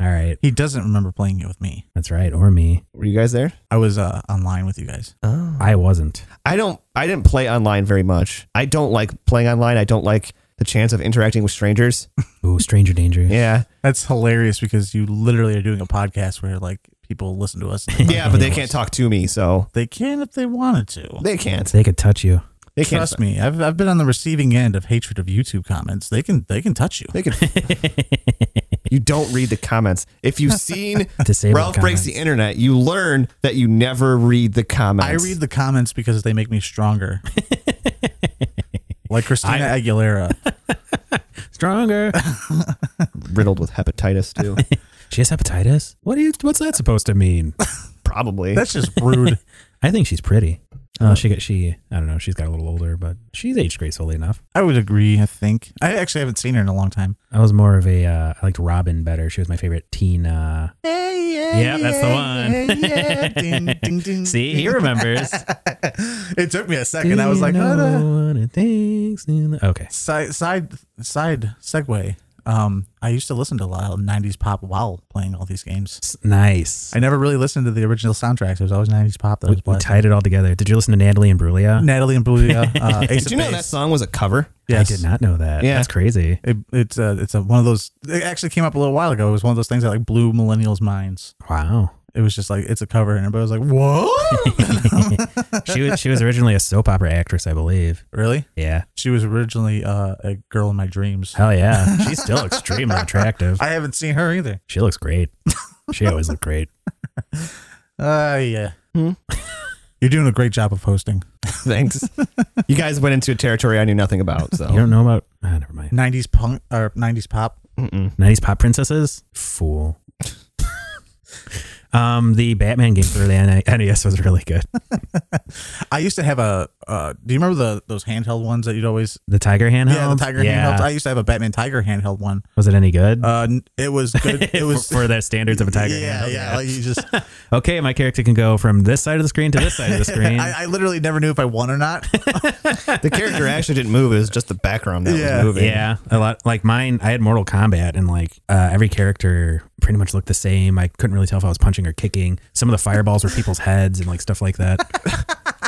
All right,
He doesn't remember playing it with me.
That's right. Or me.
Were you guys there?
I was uh, online with you guys.
I wasn't.
I don't. I didn't play online very much. I don't like playing online. I don't like the chance of interacting with strangers.
Ooh, stranger danger.
Yeah,
That's hilarious because you literally are doing a podcast where like people listen to us.
yeah, but they can't talk to me, so
They can if they wanted to.
they can't.
They could touch you.
They can't.
Trust me, I've, I've been on the receiving end of hatred of YouTube comments. They can they can touch you.
They can. you don't read the comments. If you've seen
Disable
Ralph breaks
comments.
the internet, you learn that you never read the
I
comments.
read the comments because they make me stronger. like Christina Aguilera.
Stronger.
riddled with hepatitis too.
she has hepatitis. What do you? What's that supposed to mean?
Probably.
That's just rude.
I think she's pretty. Oh, she got she. I don't know. She's got a little older, but she's aged gracefully enough.
I would agree, I think. I actually haven't seen her in a long time.
I was more of a. Uh, I liked Robin better. She was my favorite teen. Uh, yeah, that's the one.
yeah, ding, ding, ding.
See, he remembers.
It took me a second. I was like, "Oh, no."
okay.
side side side segue. Um, I used to listen to a lot of '90s pop while playing all these games.
Nice.
I never really listened to the original soundtracks. It was always '90s pop that I
We,
was
we
playing.
tied it all together. Did you listen to Natalie and Brulia?
Natalie and Brulia, uh, Ace
Did
of
you know that
Base.
song was a cover?
I
Yes.
did not know that.
Yeah.
That's crazy.
It, it's uh, it's a, one of those. It actually came up a little while ago. It was one of those things that like blew millennials' minds.
Wow.
It was just like it's a cover, and everybody was like, "Whoa!"
She was she was originally a soap opera actress, I believe.
really?
Yeah.
She was originally uh, a girl in my dreams.
Hell yeah. She's still extremely attractive.
I haven't seen her either.
She looks great. She always looked great.
Uh, yeah.
Hmm?
You're doing a great job of hosting.
Thanks. you guys went into a territory I knew nothing about. So
Oh.
You don't know about? Ah, never mind.
90s punk or 90s pop. Mm.
90s pop princesses? Fool. um, the Batman game for the N- NES was really good.
I used to have a. Uh, do you remember the those handheld ones that you'd always?
The Tiger handheld.
Yeah, the tiger
Yeah.
handheld. I used to have a Batman tiger handheld one.
was it any good?
Uh, n- it was good. It was
for, for the standards of a tiger.
yeah,
handheld,
yeah. Like you just,
Okay, my character can go from this side of the screen to this side of the screen.
I, I literally never knew if I won or not.
the character actually didn't move. It was just the background that
Yeah.
was moving.
yeah, a lot like mine. I had Mortal Kombat, and like uh, every character pretty much looked the same. I couldn't really tell if I was punching or kicking. Some of the fireballs were people's heads and like stuff like that.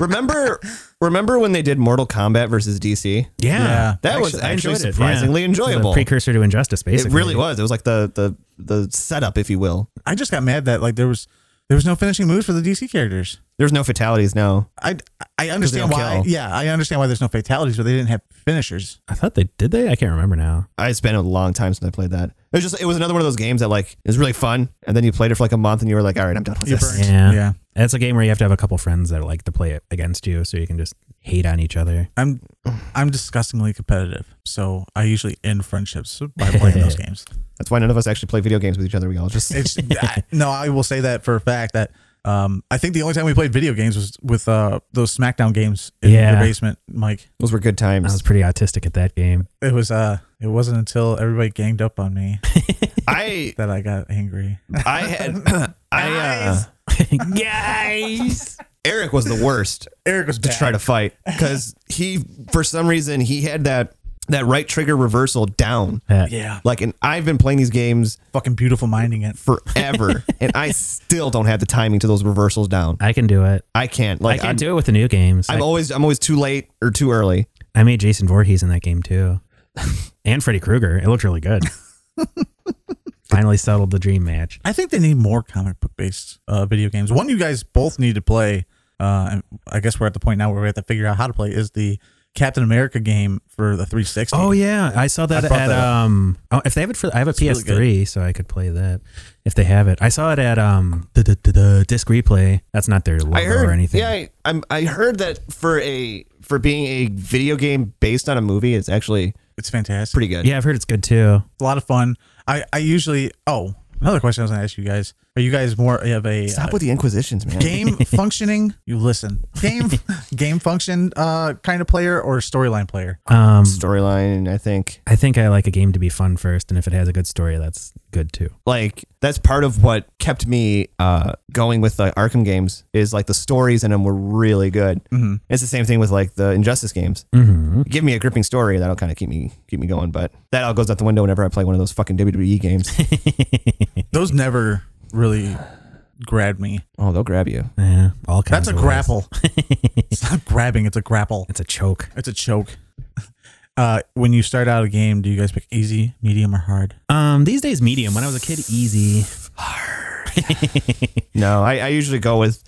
Remember, remember when they did Mortal Kombat versus DC?
Yeah,
Yeah.
That was
I
actually
enjoyed it, yeah.
surprisingly
It was a
enjoyable.
precursor to Injustice,
It
basically.
really was. It was like the the the setup, if you will.
I just got mad that like there was there was no finishing moves for the DC characters.
There's no fatalities now.
I I understand
don't
why.
kill.
Yeah, I understand why there's no fatalities, but they didn't have finishers.
I thought they did. They I can't remember now.
I spent a long time since I played that. It was just it was another one of those games that like it was really fun, and then you played it for like a month, and you were like, all right, I'm done with this.
burned.
Yeah.
Yeah.
That's a game where you have to have a couple friends that like to play it against you so you can just hate on each other.
I'm I'm disgustingly competitive, so I usually end friendships by playing those games.
That's why none of us actually play video games with each other. We all just
It's I, no, I will say that for a fact that um, I think the only time we played video games was with uh, those SmackDown games in
Yeah.
your basement, Mike.
those were good
I was
times.
pretty autistic at that game.
It was uh, it wasn't until everybody ganged up on me
I
that I got angry.
I had I uh,
Guys.
Eric was the worst.
Eric was
to try to fight because he for some reason he had that that right trigger reversal down
yeah,
like and i've been playing these games
fucking beautiful minding it.
forever and i still don't have the timing to those reversals down
I can do it.
i can't like
I can
am
do it with the new games.
I'm
I,
always i'm always too late or too early
I made Jason Voorhees in that game too. and Freddy Krueger. It looked really good. Finally settled the dream match.
I think they need more comic book based uh, video games. One you guys both need to play. Uh, and I guess we're at the point now where we have to figure out how to play is the Captain America game for the 360.
Oh yeah, I saw that
I
at
brought that up.
um. Oh, if they have it for, I have a
really
PS3, so I could play that if they have it. I saw it at um the disc replay. That's not their logo
i heard
or anything.
yeah I, I'm, I heard that for a for being a video game based on a movie it's actually
it's fantastic.
pretty good
yeah, I've heard it's good too.
It's a lot of fun. I, I usually oh another question I was gonna ask you guys. Are you guys more of a uh,
Stop with the inquisitions, man.
game functioning? You listen. Game game function uh, kind of player or storyline player?
Um,
storyline. I think
I think I like a game to be fun first, and if it has a good story, that's good too.
like that's part of what kept me uh, going with the Arkham games is like the stories in them were really good. Mm-hmm. It's the same thing with like the Injustice games. Mm-hmm. Give me a gripping story that'll kind of keep me keep me going, but that all goes out the window whenever I play one of those fucking WWE games.
Those never really grabbed me.
oh, they'll grab you.
Yeah, all kinds.
That's a
of ways.
grapple. it's not grabbing, it's a grapple.
It's a choke.
It's a choke. Uh, when you start out a game, do you guys pick easy, medium, or hard?
Um, these days, medium. When I was a kid, easy.
No, I, I usually go with.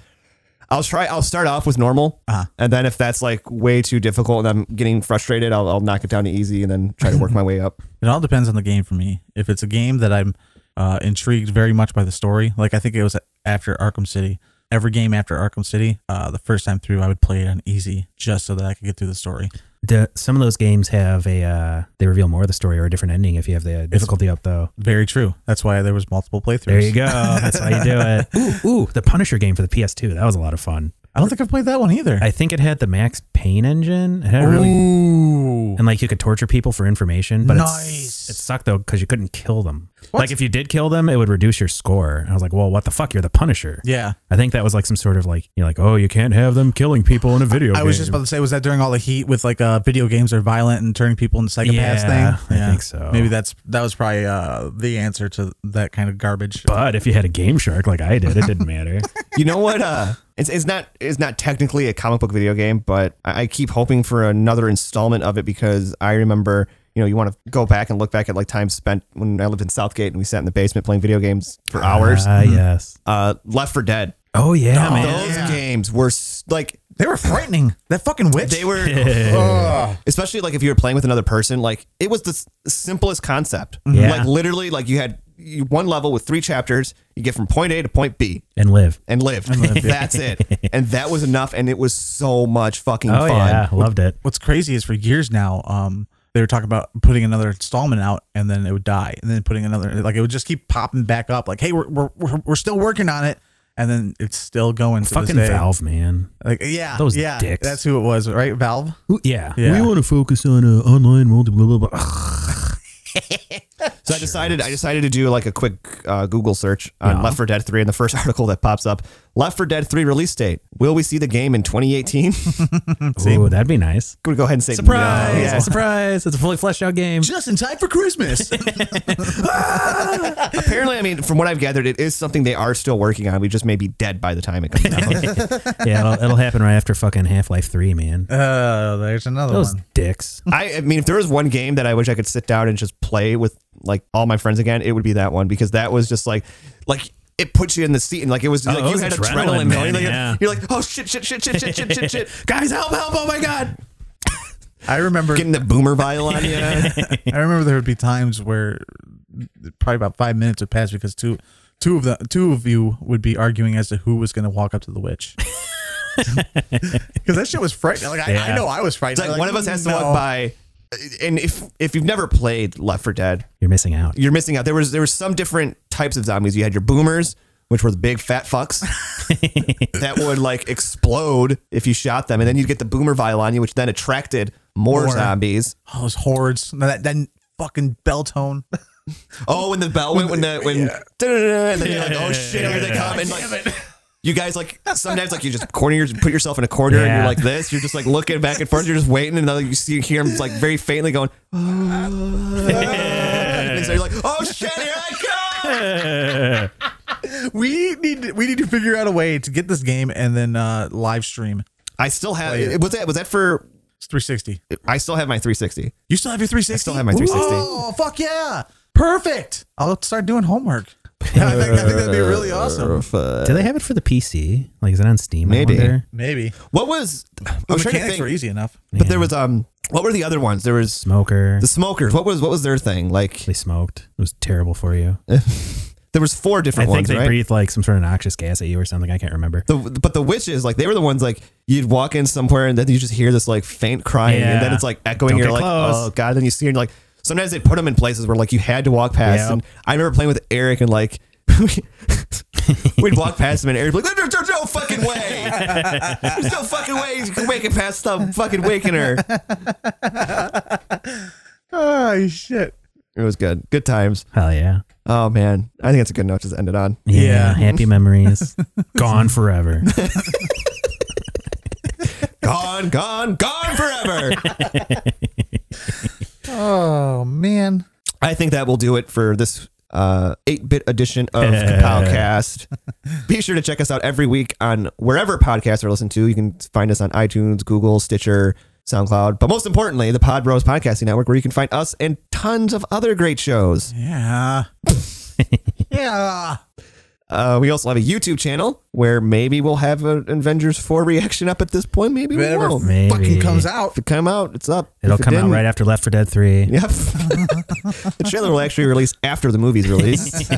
I'll try. I'll start off with normal,
Uh-huh.
and then if that's like way too difficult and I'm getting frustrated, I'll, I'll knock it down to easy, and then try to work my way up.
It all depends on the game for me. If it's a game that I'm uh, intrigued very much by the story, like I think it was after Arkham City. Every game after Arkham City, uh, the first time through, I would play it on easy just so that I could get through the story.
Do, some of those games have a uh, they reveal more of the story or a different ending if you have the difficulty up though.
Very true. That's why there was multiple playthroughs.
There you go. That's how you do it. Ooh, ooh, the Punisher game for the PS2. That was a lot of fun.
I don't think I've played that one either.
I think it had the Max Payne engine. It had a really
Ooh.
and like you could torture people for information, but it's-
Nice.
it sucked though because you couldn't kill them. Like if you did kill them, it would reduce your score. And I was like, well, what the fuck? You're the Punisher.
Yeah.
I think that was like some sort of like you're like, oh, you can't have them killing people in a video.
I was just about to say, was that during all the heat with like uh, video games are violent and turning people into psychopaths
Yeah,
thing?
I think so.
Maybe that's that was probably uh, the answer to that kind of garbage.
But if you had a Game Shark like I did, it didn't matter.
You know what? Uh, it's, it's not it's not technically a comic book video game, but I, I keep hoping for another installment of it because I remember you know you want to go back and look back at like time spent when I lived in Southgate and we sat in the basement playing video games for hours.
Ah, yes.
Uh, Left for Dead.
Oh yeah, man.
Those games were s- like
they were frightening. That fucking witch.
they were. especially like if you were playing with another person like it was the s- simplest concept
Mm-hmm. Yeah.
like literally like you had you- one level with three chapters you get from point a to point b
And live.
and live, that's it and that was enough and it was so much fucking
Oh
fun
yeah, loved it.
What's crazy is for years now, um, they were talking about putting another installment out and then it would die, and then putting another like it would just keep popping back up. Like, hey, we're we're we're, we're still working on it, and then it's still going. To
Fucking
this day.
Valve, man.
Like, yeah,
Those
yeah,
dicks.
That's who it was, right? Valve.
Yeah.
Yeah.
to focus on uh, online multi blah blah blah. Ugh,
so i decided i decided to do like a quick uh, google search on left for dead 3 and the first article that pops up left for dead 3 release date will we see the game in 2018
Ooh, that'd be nice.
Could we go ahead and say
Surprise!
no. Yeah.
Surprise! It's a fully fleshed out game.
Just in time for Christmas.
apparently i mean from what i've gathered it is something they are still working on we just may be dead by the time it comes out
yeah, it'll, it'll happen right after fucking Half Life Three, man.
uh, there's another
Those
one.
dicks.
I, I mean, if there was one game that I wish I could sit down and just play with like all my friends again, it would be that one because that was just like, like it puts you in the seat and like it was like
Oh, it
you
was
had
adrenaline,
adrenaline,
man,
going. Like,
yeah.
You're like, oh shit, shit, shit, shit, shit, shit, shit, shit,
Guys, help! Help! Oh my god!
I remember
getting the boomer vial on you.
I remember there would be times where probably about five minutes would pass because two two of the two of you would be arguing as to who was going to walk up to the witch. Because that shit was frightening. Like I, I
Yeah.
know I was
It's
frightened.
like, one of us has to
no.
walk by. And if if you've never played Left for Dead,
You're missing out.
you're missing out. There was there was some different types of zombies. You had your boomers, which were the big fat fucks that would like explode if you shot them, and then you'd get the boomer vial on you, which then attracted more.
More.
zombies.
Oh, those hordes. That then fucking bell tone.
Oh, when the bell went, when the when, da-da-da-da, and then you're like, oh shit, here they come, and like. You guys like sometimes like you just corner your put yourself in a corner and you're
Yeah.
like this. You're just like looking back and forth. You're just waiting, and then you see you hear him like very faintly going. "Ah." and so you're like, oh shit, here I come.
We need to, we need to figure out a way to get this game and then uh, live stream.
I still have was that was that for
It's 360.
I still have my 360.
You still have your 360.
still have my 360.
Oh fuck yeah! Perfect. I'll start doing homework. I, think, I think that'd be really awesome.
Do they have it for the PC? Like, is it on Steam? I
Maybe.
wonder?
Maybe.
What was I
The
was trying to
mechanics
think,
were easy enough.
but there was um what were the other ones? There was
Smoker.
the smokers. What was what was their thing? Like
They smoked. It was terrible for you.
there was four
I
different
think
ones,
they
right?
breathed like some sort of noxious gas at you or something. I can't remember.
the but the witches like they were the ones like you'd walk in somewhere and then you just hear this like faint crying and then
Yeah.
it's like echoing
Don't
you're
get
like
close.
oh god then you see and you're like sometimes they put them in places where like you had to walk past
Yep.
and I remember playing with Eric and like We'd walk past him and Eric would be like, "There- there's no fucking way. There's no fucking way you can make it past the fucking Wakener.
Oh shit.
It was good. Good times.
Hell yeah.
Oh, man. I think it's a good note to end it on.
Yeah.
Yeah.
Happy memories. Gone forever.
Gone, gone, gone forever.
Oh man.
I think that will do it for this uh, 8-bit edition of Kapowcast. Be sure to check us out every week on wherever podcasts are listened to. You can find us on iTunes, Google, Stitcher, SoundCloud, but most importantly, the Pod Bros Podcasting Network, where you can find us and tons of other great shows.
Yeah. yeah.
Uh, we also have a YouTube channel where maybe we'll have an Avengers 4 reaction up at this point. Maybe we
Whatever
will. If
Maybe.
fucking comes out.
it come out, it's up.
It'll
If it
come out
didn't,
right after Left for Dead 3.
Yep. the trailer will actually release after the movie's released.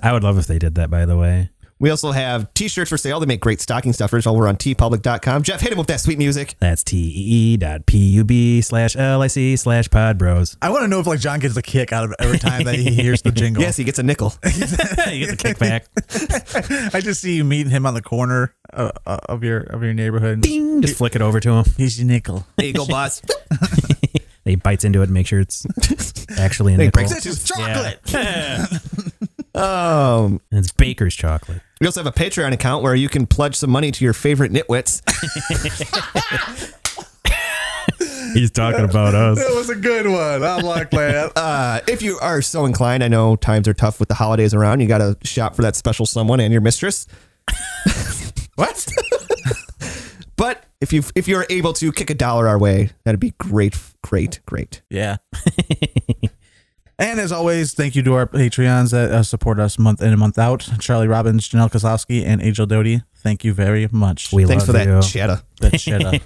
I would love if they did that, by the way.
We also have t-shirts for sale. They make great stocking stuffers over on tpublic.com. Jeff, hit him with that sweet music.
That's tee dot pub slash lic slash pod bros.
I want to know if like John gets a kick out of it every time that he hears the jingle.
Yes, he gets a nickel.
you get the kickback.
I just see you meeting him on the corner uh, uh, of your of your neighborhood.
Ding. Just flick it over to him.
He's your nickel.
There you go, boss.
He bites into it and make sure it's actually in
He
the
breaks
This is chocolate.
um,
It's baker's chocolate.
we also have a Patreon account where you can pledge some money to your favorite nitwits.
He's talking about us.
That was a good one. I like that.
Uh, if you are so inclined, I know times are tough with the holidays around. You got to shop for that special someone and your mistress.
what?
But if you if you're able to kick a dollar our way, that'd be great, great, great.
Yeah. and as always, thank you to our Patreons that uh, support us month in and month out. Charlie Robbins, Janelle Kozlowski, and Angel Doty. Thank you very much.
We
Thanks
love
for that
you.
cheddar.
that shit up.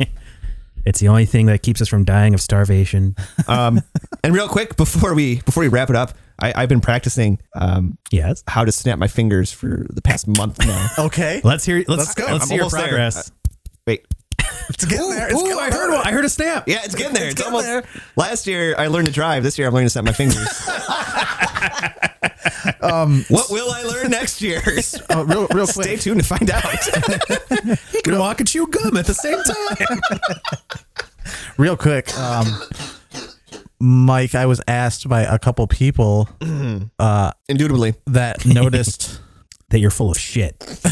It's the only thing that keeps us from dying of starvation.
Um, and real quick before we before we wrap it up, I, I've been practicing um,
Yes.
how to snap my fingers for the past month now.
Okay.
Let's hear. Let's,
Let's go.
Let's
I'm
see your
almost there.
progress.
Wait,
It's getting there. It's
Ooh,
getting
I
there.
heard one. I heard a snap.
Yeah, it's getting there. It's,
It's getting
almost
there.
Last year I learned to drive. This year I'm learning to snap my fingers. um, what will I learn next year?
Oh, real, real quick.
Stay tuned to find out.
You can walk and chew gum at the same time.
real quick um mike i was asked by a couple people
Mm.
Indubitably.
that noticed
that you're full of shit.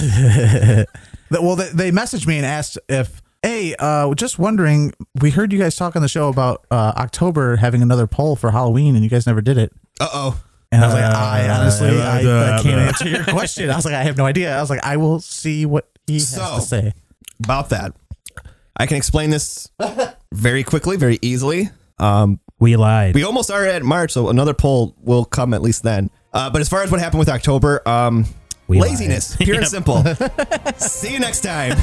that well they, they messaged me and asked if hey uh just wondering we heard you guys talk on the show about uh october having another poll for halloween and you guys never did it
Uh oh.
and i was like i
Uh,
honestly I, I can't
uh,
answer your question i was like i have no idea i was like i will see what he
So-
has to say
About that. I can explain this very quickly, very easily. Um,
We lied.
we almost are at March, so another poll will come at least then. Uh, but as far as what happened with October, um,
We lied.
laziness, pure and simple. See you next time.